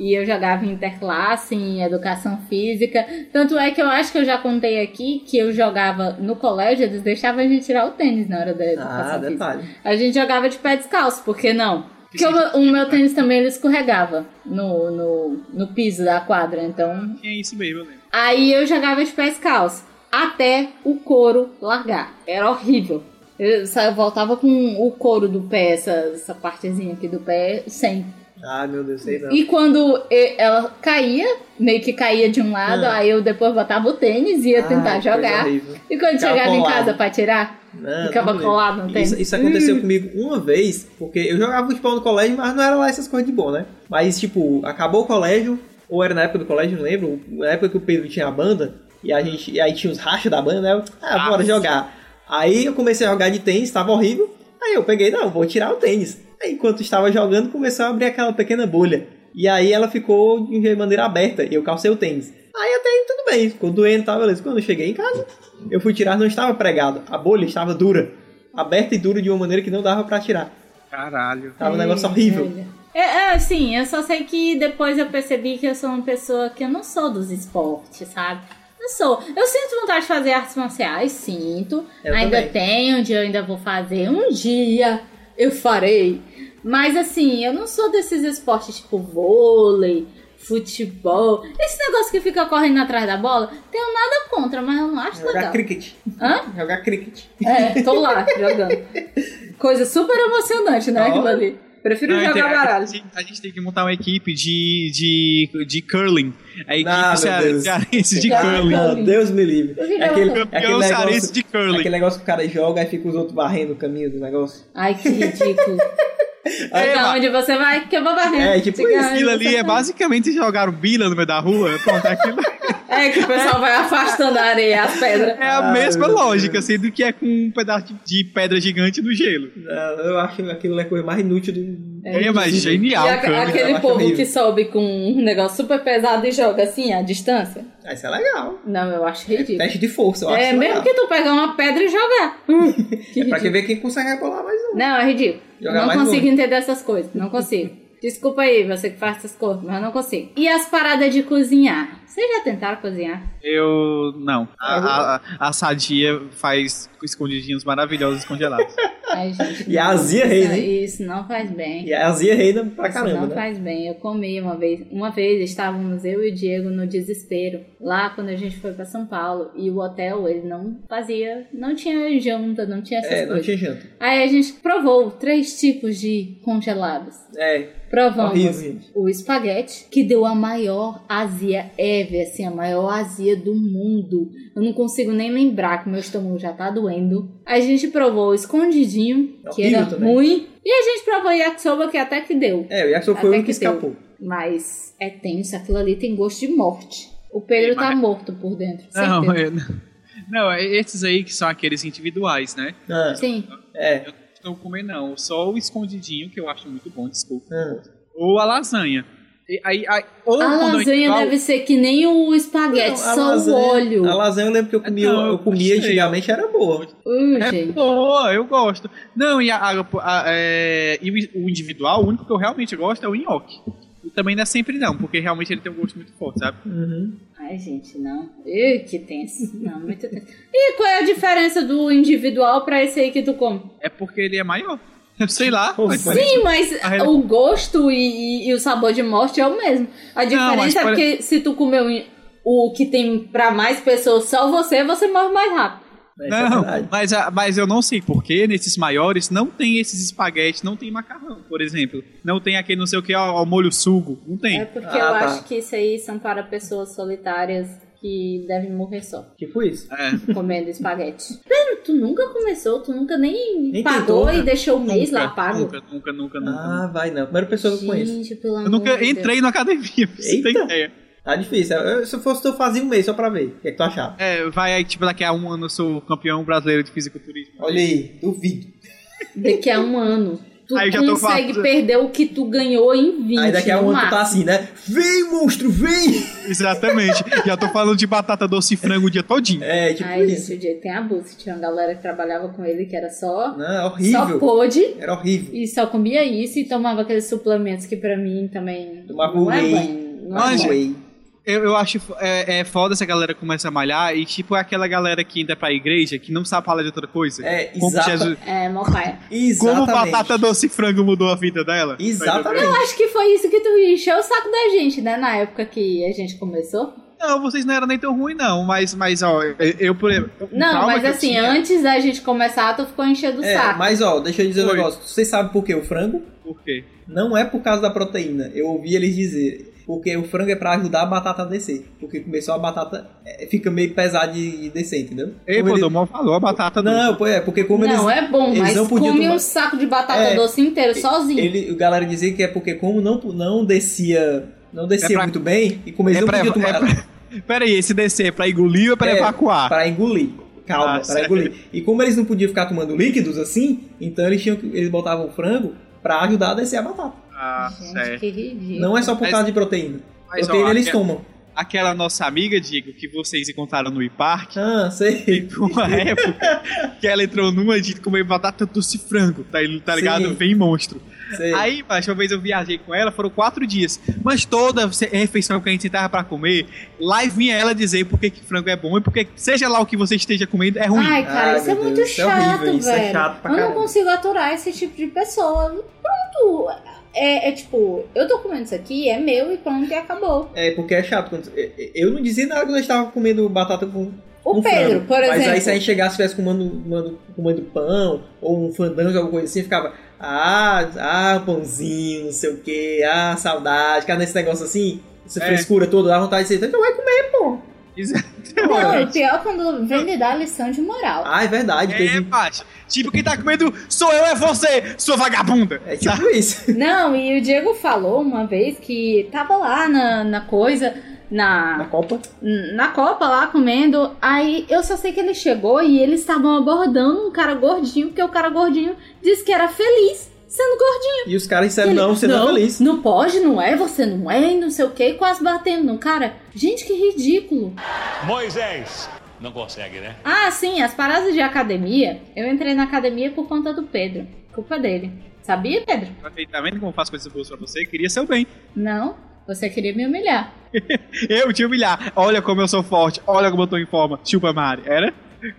E eu jogava em interclasse, em educação física. Tanto é que eu acho que eu já contei aqui que eu jogava no colégio, eles deixavam a gente tirar o tênis na hora da educação
Ah,
física.
detalhe.
A gente jogava de pé descalço, por que não? Porque o, o meu tênis também ele escorregava no, no, no piso da quadra, então.
É isso mesmo, eu lembro.
Aí eu jogava de pé descalço, até o couro largar. Era horrível. Eu, só- eu voltava com o couro do pé, essa, essa partezinha aqui do pé, sem.
Ah, meu Deus, sei não.
E quando e- ela caía, meio que caía de um lado,
Ah.
aí eu depois botava o tênis e ia
Ah,
tentar
que coisa
jogar.
horrível.
E quando
Ficava um
chegava em
colado.
casa pra tirar,
Né? Não,
ficava
não lembro.
colado no tênis.
Isso, isso
Hum.
aconteceu comigo uma vez, porque eu jogava futebol no colégio, mas não era lá essas coisas de bom, né? Mas, tipo, acabou o colégio, ou era na época do colégio, não lembro, na época que o Pedro tinha a banda, e a gente e aí tinha os rachas da banda, né? Eu, ah,
Ah,
bora
sim.
jogar. Aí eu comecei a jogar de tênis, tava horrível. Aí eu peguei, não, vou tirar o tênis. Aí enquanto estava jogando, começou a abrir aquela pequena bolha. E aí ela ficou de maneira aberta, e eu calcei o tênis. Aí até aí tudo bem, ficou doendo e tal, beleza. Quando eu cheguei em casa, eu fui tirar, não estava pregado. A bolha estava dura. Aberta e dura de uma maneira que não dava pra tirar.
Caralho.
Tava um negócio
Ei,
horrível.
olha. É, é, assim, eu só sei que depois eu percebi que eu sou uma pessoa que eu não sou dos esportes, sabe? Não sou. Eu sinto vontade de fazer artes marciais, sinto.
Eu
ainda
também.
tenho, um dia eu ainda vou fazer. Um dia eu farei. Mas assim, eu não sou desses esportes tipo vôlei, futebol. Esse negócio que fica correndo atrás da bola, tenho nada contra, mas eu não acho
Jogar
legal.
cricket.
Hã?
Jogar cricket.
É, tô lá jogando. Coisa super emocionante, né? Aquilo ali. Prefiro
Não,
jogar
tem-
baralho.
A gente, a gente tem que montar uma equipe de, de, de curling. A equipe
Ah, meu
cearense
Deus.
cearense de
Ah,
curling.
não.
Ah, Deus me livre.
Eu virei
É Aquele,
uma-
Campeão
aquele
cearense
negócio,
de curling.
aquele negócio que o cara joga e fica os outros barrendo o caminho do negócio.
Ai, que ridículo.
Aí,
Vai pra
Eva.
onde você vai, que eu vou varrer.
É, tipo
Diga
isso,
onde
Aquilo
você tá-
ali é
vai.
basicamente jogar o bila no meio da rua. Pronto, aquilo
É, que o pessoal vai afastando a areia, as pedras.
é a
Ah,
mesma
meu
lógica, sendo que é com um pedaço de- de pedra gigante no gelo.
Ah, Eu acho que aquilo é a coisa mais inútil do.
É, mas genial,
e a-
cara.
aquele
abaixo
povo
nível.
que sobe com um negócio super pesado e joga assim, à distância.
Ah, isso é legal.
Não, eu acho
É,
ridículo.
Teste de força, eu acho.
É,
isso
mesmo
legal.
que tu pegar uma pedra e jogar. Hum, que
É pra quem
ridículo.
ver quem consegue rebolar mais um.
Não, é ridículo.
Jogar
não
mais um.
consigo
longe.
entender essas coisas. Não consigo. Desculpa aí, você que faz essas coisas, mas eu não consigo. E as paradas de cozinhar? Vocês já tentaram cozinhar?
Eu. não. A, a- a- a sadia faz escondidinhos maravilhosos congelados.
Ai, gente,
E a
não,
azia
isso-
reina, hein?
Isso não faz bem.
E a Azia reina pra
Isso
caramba,
não
né?
faz bem. Eu comi uma vez. Uma vez estávamos eu e o Diego no desespero. Lá quando a gente foi pra São Paulo. E o hotel, ele não fazia. Não tinha janta, não tinha essas
É, não
coisas.
tinha janta.
Aí a gente provou três tipos de congelados.
É,
Provamos
horrível, gente.
o espaguete, que deu a maior azia ever, assim, a maior azia do mundo. Eu não consigo nem lembrar que meu estômago já tá doendo. A gente provou o escondidinho, que
É Horrível
era
também.
ruim. E a gente provou yakisoba, que até que deu.
É, o Jackson foi o
Até
único que
que deu.
escapou.
Mas é tenso, aquilo ali tem gosto de morte. O Pedro
Ei, mas-
tá morto por dentro,
não,
certeza.
eu- não, é, esses aí que são aqueles individuais, né?
Ah,
Sim,
é.
Não comer, não. Só o escondidinho, que eu acho muito bom, desculpa.
Ah.
Ou a lasanha. E aí- aí- ou
a
quando eu
lasanha
falo-
deve ser que nem o espaguete,
Não, a
só
lasanha-
o óleo.
A lasanha eu lembro que eu comia,
Não,
eu
eu
comia
Então, gostei.
antigamente era boa.
Uh,
É
gente.
boa, eu gosto. Não, e, a- a- a- é, e o, o individual, o único que eu realmente gosto é o nhoque. O também não é sempre não, porque realmente ele tem um gosto muito forte, sabe? Uhum.
Ai, gente, não. Ih, que tenso. Não, muito tenso. E qual é a diferença do individual pra esse aí que tu come?
É porque ele é maior. Sei lá.
Pô,
mas
sim,
é. parece-
Sim, mas
A rela-
o gosto e, e- e o sabor de morte é o mesmo. A
mas
diferença é
pare-
que se tu comer o- o que tem pra mais pessoas, só você, você morre mais rápido.
É, isso é
Não,
verdade.
mas, a- mas eu não sei porque nesses maiores não tem esses espaguetes, não tem macarrão, por exemplo. Não tem aquele não sei o que, ó, ó, molho sugo. Não tem.
É porque
Ah,
eu
tá.
acho que isso aí são para pessoas solitárias que devem morrer só,
Tipo isso.
É.
comendo espaguete. Pera, tu nunca começou, tu nunca nem,
Nem
pagou
tentou, né?
e deixou o mês lá
nunca,
pago.
nunca, nunca, nunca, nunca.
Ah, vai não. Primeira pessoa que eu conheço.
Gente, pelo amor
Eu nunca
de Deus.
entrei na academia, pra você ter
Eita.
ideia.
Tá difícil. Eu- se eu fosse tu, eu fazia um mês só pra ver. O que, é que tu achava?
É, vai aí, tipo, daqui a um ano eu sou campeão brasileiro de fisiculturismo.
Olha aí, duvido.
Daqui a um ano. Tu
Aí eu já tô
consegue
quase-
perder o que tu ganhou em 20.
Aí daqui a
no
um ano tu tá
máximo.
assim, né? Vem, monstro, vem!
Exatamente. Já tô falando de batata doce e frango o dia todinho.
É, tipo
Ai,
isso.
gente, o Jay tem abuso. Tinha uma galera que trabalhava com ele que era só,
Não, é
só
horrível.
pôde
Era horrível.
e só comia isso e tomava aqueles suplementos que pra mim também
Tomava
não é
whey.
bem. Não é
Mas,
bom.
Whey.
Eu, eu acho é, é foda essa galera começa a malhar e, tipo, é aquela galera que ainda é pra igreja, que não sabe falar de outra coisa.
É,
Como
exata-
Jesus-
É, mó paia.
Como
Exatamente.
batata doce e frango mudou a vida dela?
Exatamente.
Acho que foi isso que tu encheu o saco da gente, né? Na época que a gente começou.
Não, vocês não eram nem tão ruim não. Mas, mas ó, eu, eu por exemplo. um
Não,
trauma
mas
que eu
assim,
tinha-
antes da gente começar, tu ficou enchendo o
É,
saco.
mas ó, deixa eu dizer um
Oi.
negócio. Vocês sabem por que o frango?
Por quê?
Não é por causa da proteína. Eu ouvi eles dizer. Porque o frango é pra ajudar a batata a descer. Porque começou a batata. é, fica meio pesada de de descer, entendeu?
Ei,
Como
pô, tá
eles-
Domão falou a batata doce.
Não, pô, é, porque como
não,
eles.
é bom,
eles
mas
não
come
podiam tomar-
um saco de batata
É,
doce inteiro sozinho.
Ele, o galera dizia que é porque como não, não descia. Não descia
É pra-
muito bem, e como eles
É
não
pra,
podiam
é
tomar.
pra- Pera aí, esse descer é pra engolir ou é pra
É,
evacuar?
Pra engolir. Calma,
Ah,
pra
certo.
engolir. E como eles não podiam ficar tomando líquidos assim, então eles tinham que. Eles botavam o frango pra ajudar a descer a batata.
Ah,
Gente, que ridículo.
Não é só por
Mas-
causa de proteína.
Mas, ó,
proteína eles
aque-
tomam.
Aquela nossa amiga, Diego, que vocês encontraram no iPark,
Ah, sei.
teve uma época que ela entrou numa de comer batata doce e frango, tá, tá ligado?
Sim.
Vem monstro.
É.
sei.
Aí, mas uma vez eu viajei com ela, foram quatro dias. Mas toda se- refeição que a gente sentava pra comer, lá vinha ela dizer por que que frango é bom e porque seja lá o que você esteja comendo, é ruim.
Ai, cara,
Ai,
isso é
meu
muito
Deus, isso é
chato,
horrível,
velho.
isso é chato pra
eu não
caramba.
consigo aturar esse tipo de pessoa. Pronto. É, é tipo, eu tô comendo isso aqui, é meu e pronto, e acabou.
É, porque é chato. quando- Eu não dizia nada quando eu estava comendo batata com.
O
com
Pedro,
Um frango.
por
Mas
exemplo.
aí se a gente chegasse e estivesse comendo, comendo, comendo pão, ou um fandango, alguma coisa assim, ficava. Ah, ah, pãozinho, não sei o que, ah, saudade, ficar nesse negócio assim, essa
É.
frescura toda, dá vontade de ser. Então vai comer, pô.
Não, o pior é quando vem lhe dar lição de moral.
Ah, é verdade.
É,
teve-
macho. Tipo, quem tá comendo sou eu, é você, sua vagabunda.
É, tipo isso.
Não, e o Diego falou uma vez que tava lá na, na coisa, na,
Na Copa.
na Copa lá comendo. Aí eu só sei que ele chegou e eles estavam abordando um cara gordinho, porque o cara gordinho disse que era feliz sendo gordinho.
E os caras disseram,
Ele,
não, você não é feliz.
Não pode, não é, você não é, e não sei o que, quase batendo no cara. Gente, que ridículo.
Moisés. Não consegue, né?
Ah, sim, as paradas de academia, eu entrei na academia por conta do Pedro. Culpa dele. Sabia, Pedro?
Tá vendo como eu faço coisas boas pra você? Queria seu bem.
Não, você queria me humilhar.
Eu te humilhar. Olha como eu sou forte. Olha como eu tô em forma. Chupa, Mari. Era?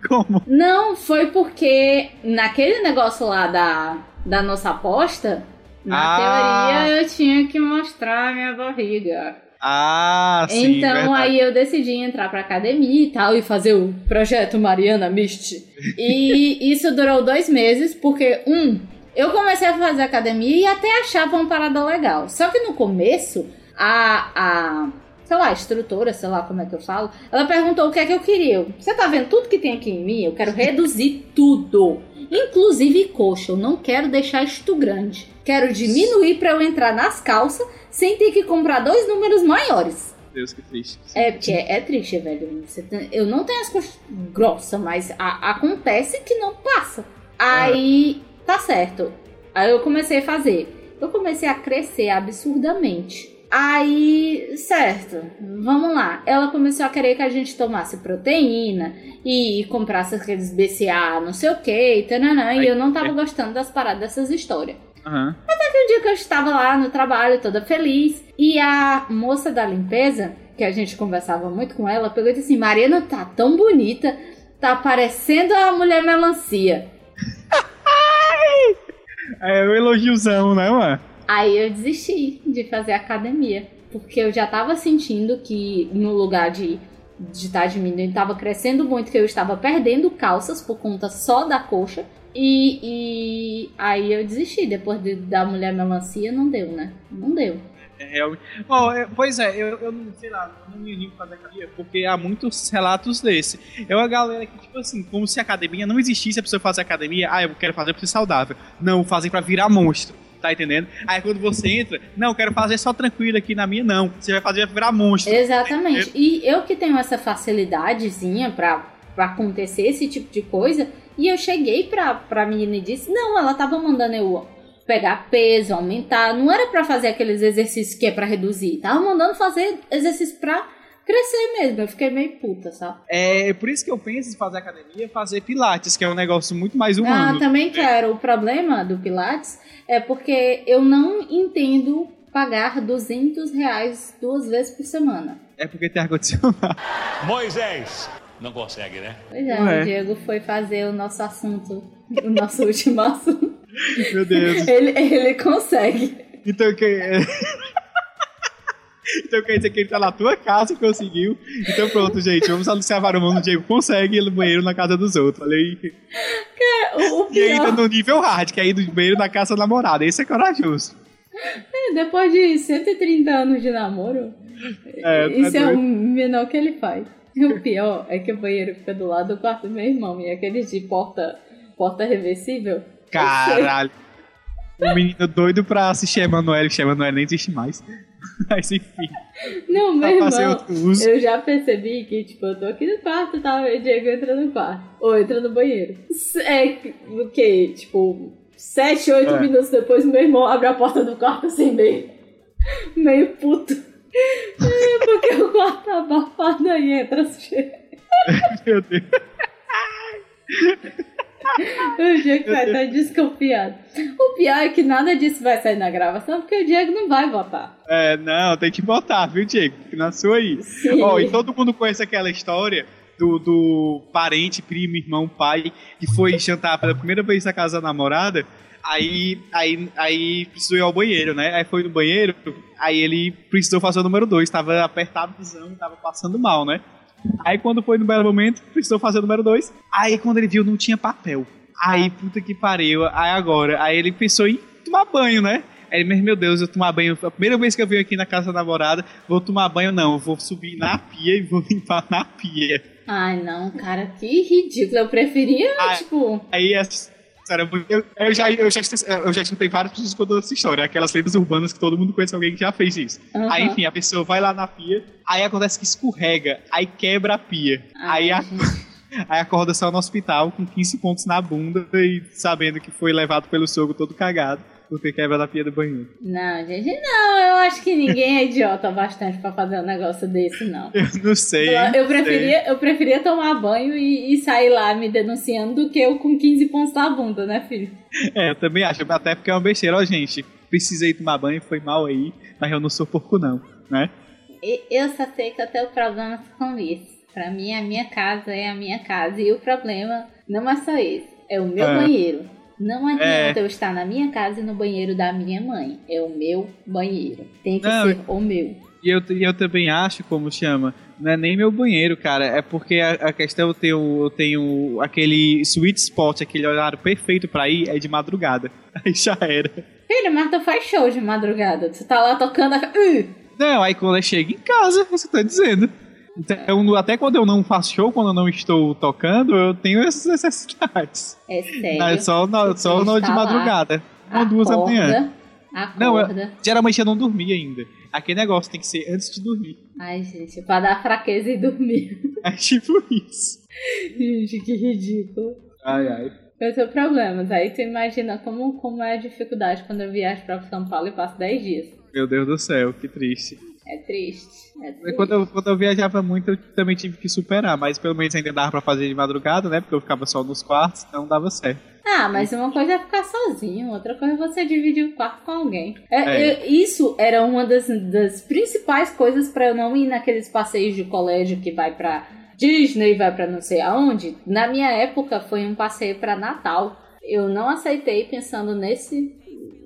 Como?
Não, foi porque naquele negócio lá da, da nossa aposta, na
Ah.
teoria eu tinha que mostrar a minha barriga.
Ah, sim.
então
verdade.
aí eu decidi entrar pra academia e tal, e fazer o projeto Mariana Mist. E isso durou dois meses, porque um, eu comecei a fazer academia e até achava uma parada legal. Só que no começo, a. a sei lá, a instrutora, sei lá como é que eu falo, ela perguntou o que é que eu queria. Eu, Você tá vendo tudo que tem aqui em mim? Eu quero reduzir tudo. Inclusive coxa, eu não quero deixar isto grande. Quero diminuir pra eu entrar nas calças sem ter que comprar dois números maiores.
Deus, que triste.
É, porque é, é triste, velho. Você tem- eu não tenho as costas grossas, mas a- acontece que não passa. Aí tá certo. Aí eu comecei a fazer. Eu comecei a crescer absurdamente. Aí, certo, vamos lá. Ela começou a querer que a gente tomasse proteína e comprasse aqueles BCA, não sei o que, e tananã,
Ai,
e eu não
é.
tava gostando das paradas dessas histórias.
Aham.
Teve um dia que eu estava lá no trabalho, toda feliz, e a moça da limpeza, que a gente conversava muito com ela, pegou e disse assim: Mariana tá tão bonita, tá parecendo a mulher melancia.
É o elogiozão, né, mano?
Aí eu desisti de fazer academia, porque eu já tava sentindo que no lugar de de estar diminuindo, tava crescendo muito, que eu estava perdendo calças por conta só da coxa. E, e aí eu desisti, depois de- da mulher melancia, não deu, né? Não deu.
É, realmente. Ó, é, pois é, eu, eu não sei lá, eu não me animo pra fazer academia, porque há muitos relatos desse. É uma galera que, tipo assim, como se academia não existisse, a pessoa fazer academia, ah, eu quero fazer pra ser saudável. Não, fazer pra virar monstro. Tá entendendo? Aí quando você entra, não, eu quero fazer só tranquilo aqui na minha, não. Você vai fazer pra virar monstro.
Exatamente. E eu que tenho essa facilidadezinha pra, pra acontecer esse tipo de coisa, e eu cheguei pra, pra menina e disse: não, ela tava mandando eu pegar peso, aumentar. Não era pra fazer aqueles exercícios que é pra reduzir. Tava mandando fazer exercício pra crescer mesmo. Eu fiquei meio puta, sabe?
É por isso que eu penso em fazer academia, fazer pilates, que é um negócio muito mais humano.
Ah, também quero. O problema do Pilates é porque eu não entendo pagar 200 reais duas vezes por semana.
É porque tem ar-condicionado.
Moisés, não consegue, né?
Pois é,
Ué.
o Diego foi fazer o nosso assunto, o nosso último assunto.
Meu Deus.
Ele, ele consegue.
Então quer... então quer dizer que ele tá na tua casa e conseguiu. Então pronto, gente. Vamos anunciar para o mundo. Diego consegue ir no banheiro na casa dos outros. Olha aí.
O, o
E ainda
pior,
no nível hard, que é ir do banheiro na casa da namorada. Esse é corajoso.
é, depois de 130 anos de namoro,
É, tá
isso é
doido.
o menor que ele faz. O pior é que o banheiro fica do lado do quarto do meu irmão e aquele de porta, porta reversível.
Caralho. Um menino doido pra assistir Emanuel, que Emanuel nem existe mais. Mas enfim,
Não, meu
pra fazer
irmão.
outro uso.
Eu já percebi que, tipo, eu tô aqui no quarto e tal, e o Diego entra no quarto. Ou entra no banheiro. S- É o quê? Tipo, sete, oito
É.
minutos depois, meu irmão abre a porta do quarto assim, meio. meio puto. É, Porque o quarto tá abafado aí entra o cheiro.
Meu Deus.
O Diego vai estar desconfiado. O pior é que nada disso vai sair na gravação, porque o Diego não vai votar.
É, não, tem que botar, viu, Diego? Que Nasceu aí.
Sim.
Ó, então- e todo mundo conhece aquela história do, do parente, primo, irmão, pai, que foi jantar pela primeira vez na casa da namorada, aí, aí, aí precisou ir ao banheiro, né? Aí foi no banheiro, aí ele precisou fazer o número 2, tava apertadozão, tava passando mal, né? Aí quando foi no belo momento, precisou fazer o número 2, aí quando ele viu, não tinha papel. Aí, puta que pariu, aí agora, aí ele pensou em tomar banho, né? Aí, ele, mas meu Deus, eu tomar banho. A primeira vez que eu venho aqui na casa da namorada, vou tomar banho, não. Vou subir na pia e vou limpar na pia.
Ai, não, cara, que ridículo. Eu preferia,
Ai.
tipo.
Aí essa. Sério, eu, eu já, eu, já, eu já escutei várias pessoas contando essa história, aquelas lendas urbanas que todo mundo conhece alguém que já fez isso.
aham.
Aí, enfim, a pessoa vai lá na pia, aí acontece que escorrega, aí quebra a pia.
Ai,
aí, a-
gente.
aí acorda só no hospital com 15 pontos na bunda e sabendo que foi levado pelo sogro todo cagado por ter quebrado a pia do banheiro.
Não, gente, não. Eu acho que ninguém é idiota bastante pra fazer um negócio desse, não.
Eu não sei. hein?
Eu, eu preferia, eu preferia tomar banho e, e sair lá me denunciando do que eu com 15 pontos na bunda, né, filho?
É, eu também acho, até porque é uma besteira, ó, gente. Precisei tomar banho, foi mal aí, mas eu não sou porco, não, né?
E- Eu só sei que eu tenho problemas com isso. Pra mim, a minha casa é a minha casa. E o problema não é só esse, é o meu
É.
banheiro. Não adianta eu estar na minha casa e no banheiro da minha mãe. É o meu banheiro. Tem que
Não,
ser o meu.
E eu, e eu também acho, como chama, não é nem meu banheiro, cara. É porque a, a questão eu tenho, eu tenho aquele sweet spot, aquele horário perfeito pra ir, é de madrugada. Aí já era.
Filho, mas tu faz show de madrugada. Tu tá lá tocando a. Ih!
Não, aí quando eu chego em casa, é isso que eu tô dizendo. Então, até quando eu não faço show, quando eu não estou tocando, eu tenho essas necessidades.
É sério.
Não, é só no,
Você
só no de
está lá.
madrugada. Uma ou duas da
Acorda,
manhã.
Acorda.
Não, é- Geralmente eu não dormi ainda. Aquele negócio tem que ser antes de dormir.
Ai, gente, pra dar fraqueza e dormir.
É tipo isso.
gente, que ridículo.
Ai, ai.
Eu tenho problemas. Aí tu imagina como, como é a dificuldade quando eu viajo pra São Paulo e passo 10 dias.
Meu Deus do céu, que triste.
É triste. É triste.
Quando eu, quando eu viajava muito, eu também tive que superar, mas pelo menos ainda dava pra fazer de madrugada, né? Porque eu ficava só nos quartos, então dava certo.
Ah, mas uma coisa é ficar sozinho, outra coisa é você dividir o quarto com alguém. É,
É.
eu- isso era uma das, das principais coisas pra eu não ir naqueles passeios de colégio que vai pra Disney, vai pra não sei aonde. Na minha época foi um passeio pra Natal. Eu não aceitei pensando nesse,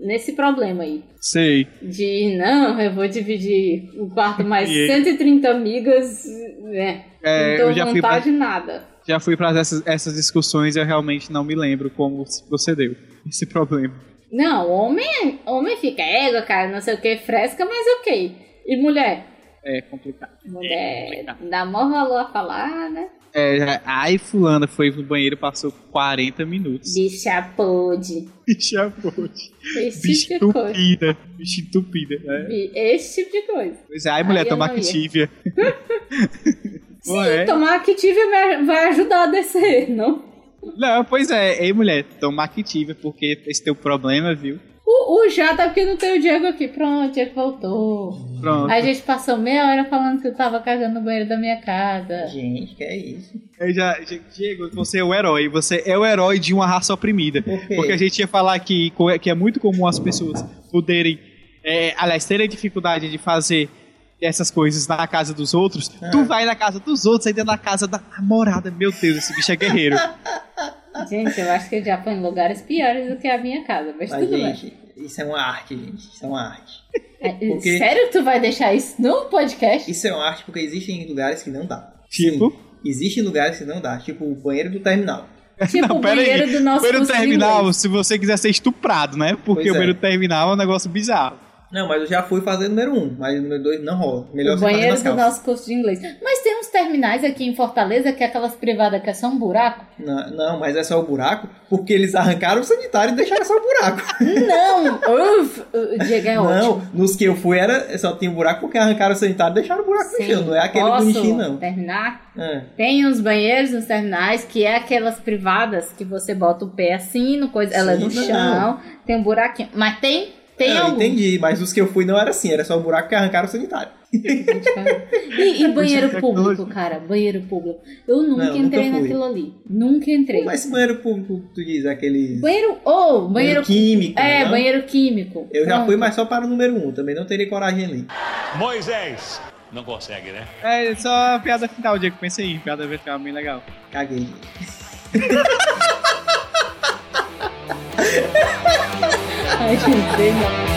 nesse problema aí.
Sei.
De não, eu vou dividir o quarto mais
E-
130 amigas, né?
É,
não
eu já
dou
fui, pra,
vontade de nada.
já fui pra essas, essas discussões e eu realmente não me lembro como você deu esse problema.
Não, homem, é, homem fica ego, cara, não sei o que, fresca, mas ok. E mulher?
É complicado.
É,
Mulher dá mó valor a falar, né?
É, é, ai, fulana foi no banheiro passou 40 minutos.
Bicha pode.
Bicha forte.
Esse
Bicha
tipo de coisa.
entupida. Bicha entupida. né?
Bi- Esse tipo de coisa.
Pois é, ai,
Ai,
mulher,
eu
toma
não ia.
Activia.
Sim,
Ué.
tomar Activia vai- vai ajudar a descer, não?
Não, pois é, ei, mulher, toma Activia, porque esse teu problema, viu?
O, o Jada, porque não tem o Diego aqui. Pronto, o Diego voltou.
Pronto.
A gente passou meia hora falando que eu tava cagando no banheiro da minha casa.
Gente, que é isso?
Eu já, já- Diego, você é o herói. Você é o herói de uma raça oprimida.
Por quê?
Porque a gente ia falar que, co- que é muito comum as pessoas poderem, é, aliás, terem dificuldade de fazer essas coisas na casa dos outros.
É.
Tu vai na casa dos outros, ainda na casa da namorada. Meu Deus, esse bicho é guerreiro.
Gente, eu acho que ele já foi em lugares piores do que a minha casa, mas
Mas,
tudo bem.
gente, isso é uma arte, gente. Isso é uma arte.
É,
Porque-
Sério que tu vai deixar isso no podcast?
Isso é uma arte porque existem lugares que não dá.
Tipo?
Sim, existem lugares que não dá. Tipo o banheiro do terminal.
Tipo o
pera aí.
banheiro do nosso
Primeiro
curso de
terminal,
inglês.
se você quiser ser estuprado, né? Porque
Pois é.
o primeiro terminal é um negócio bizarro.
Não, mas eu já fui fazer o número um, mas o número dois não rola. Melhor
O
você fazer
banheiro
nas
do
calças.
nosso curso de inglês. Mas tem uns terminais aqui em Fortaleza que é aquelas privadas que é só um buraco.
Não, não, mas é só o buraco, porque eles arrancaram o sanitário e deixaram só o buraco.
Não! Uf, o Diego é ótimo.
não, nos que eu fui era só tinha um buraco porque arrancaram o sanitário e deixaram o buraco no chão. Não é aquele
posso
bonitinho, não.
terminar?
É.
Tem uns banheiros nos terminais que é aquelas privadas que você bota o pé assim, no coisa, ela é no
Sim,
chão, tem um buraquinho. Mas tem, tem
É, eu
algum.
entendi, mas os que eu fui não era assim, era só o buraco que arrancaram o sanitário.
E, e banheiro
Tecnologia.
público, cara, banheiro público. Eu nunca
Não, nunca
entrei
fui.
naquilo ali. Nunca entrei.
Mas esse banheiro público, tu diz, aqueles.
Banheiro. Ou, banheiro.
químico.
É,
não?
banheiro químico.
Eu já
Pronto.
fui, mas só para o número um, também não teria coragem ali.
Moisés, não consegue, né?
É só a piada final, Diego. Pensa aí, piada final, bem legal.
Caguei.
Ai, gente, sei lá.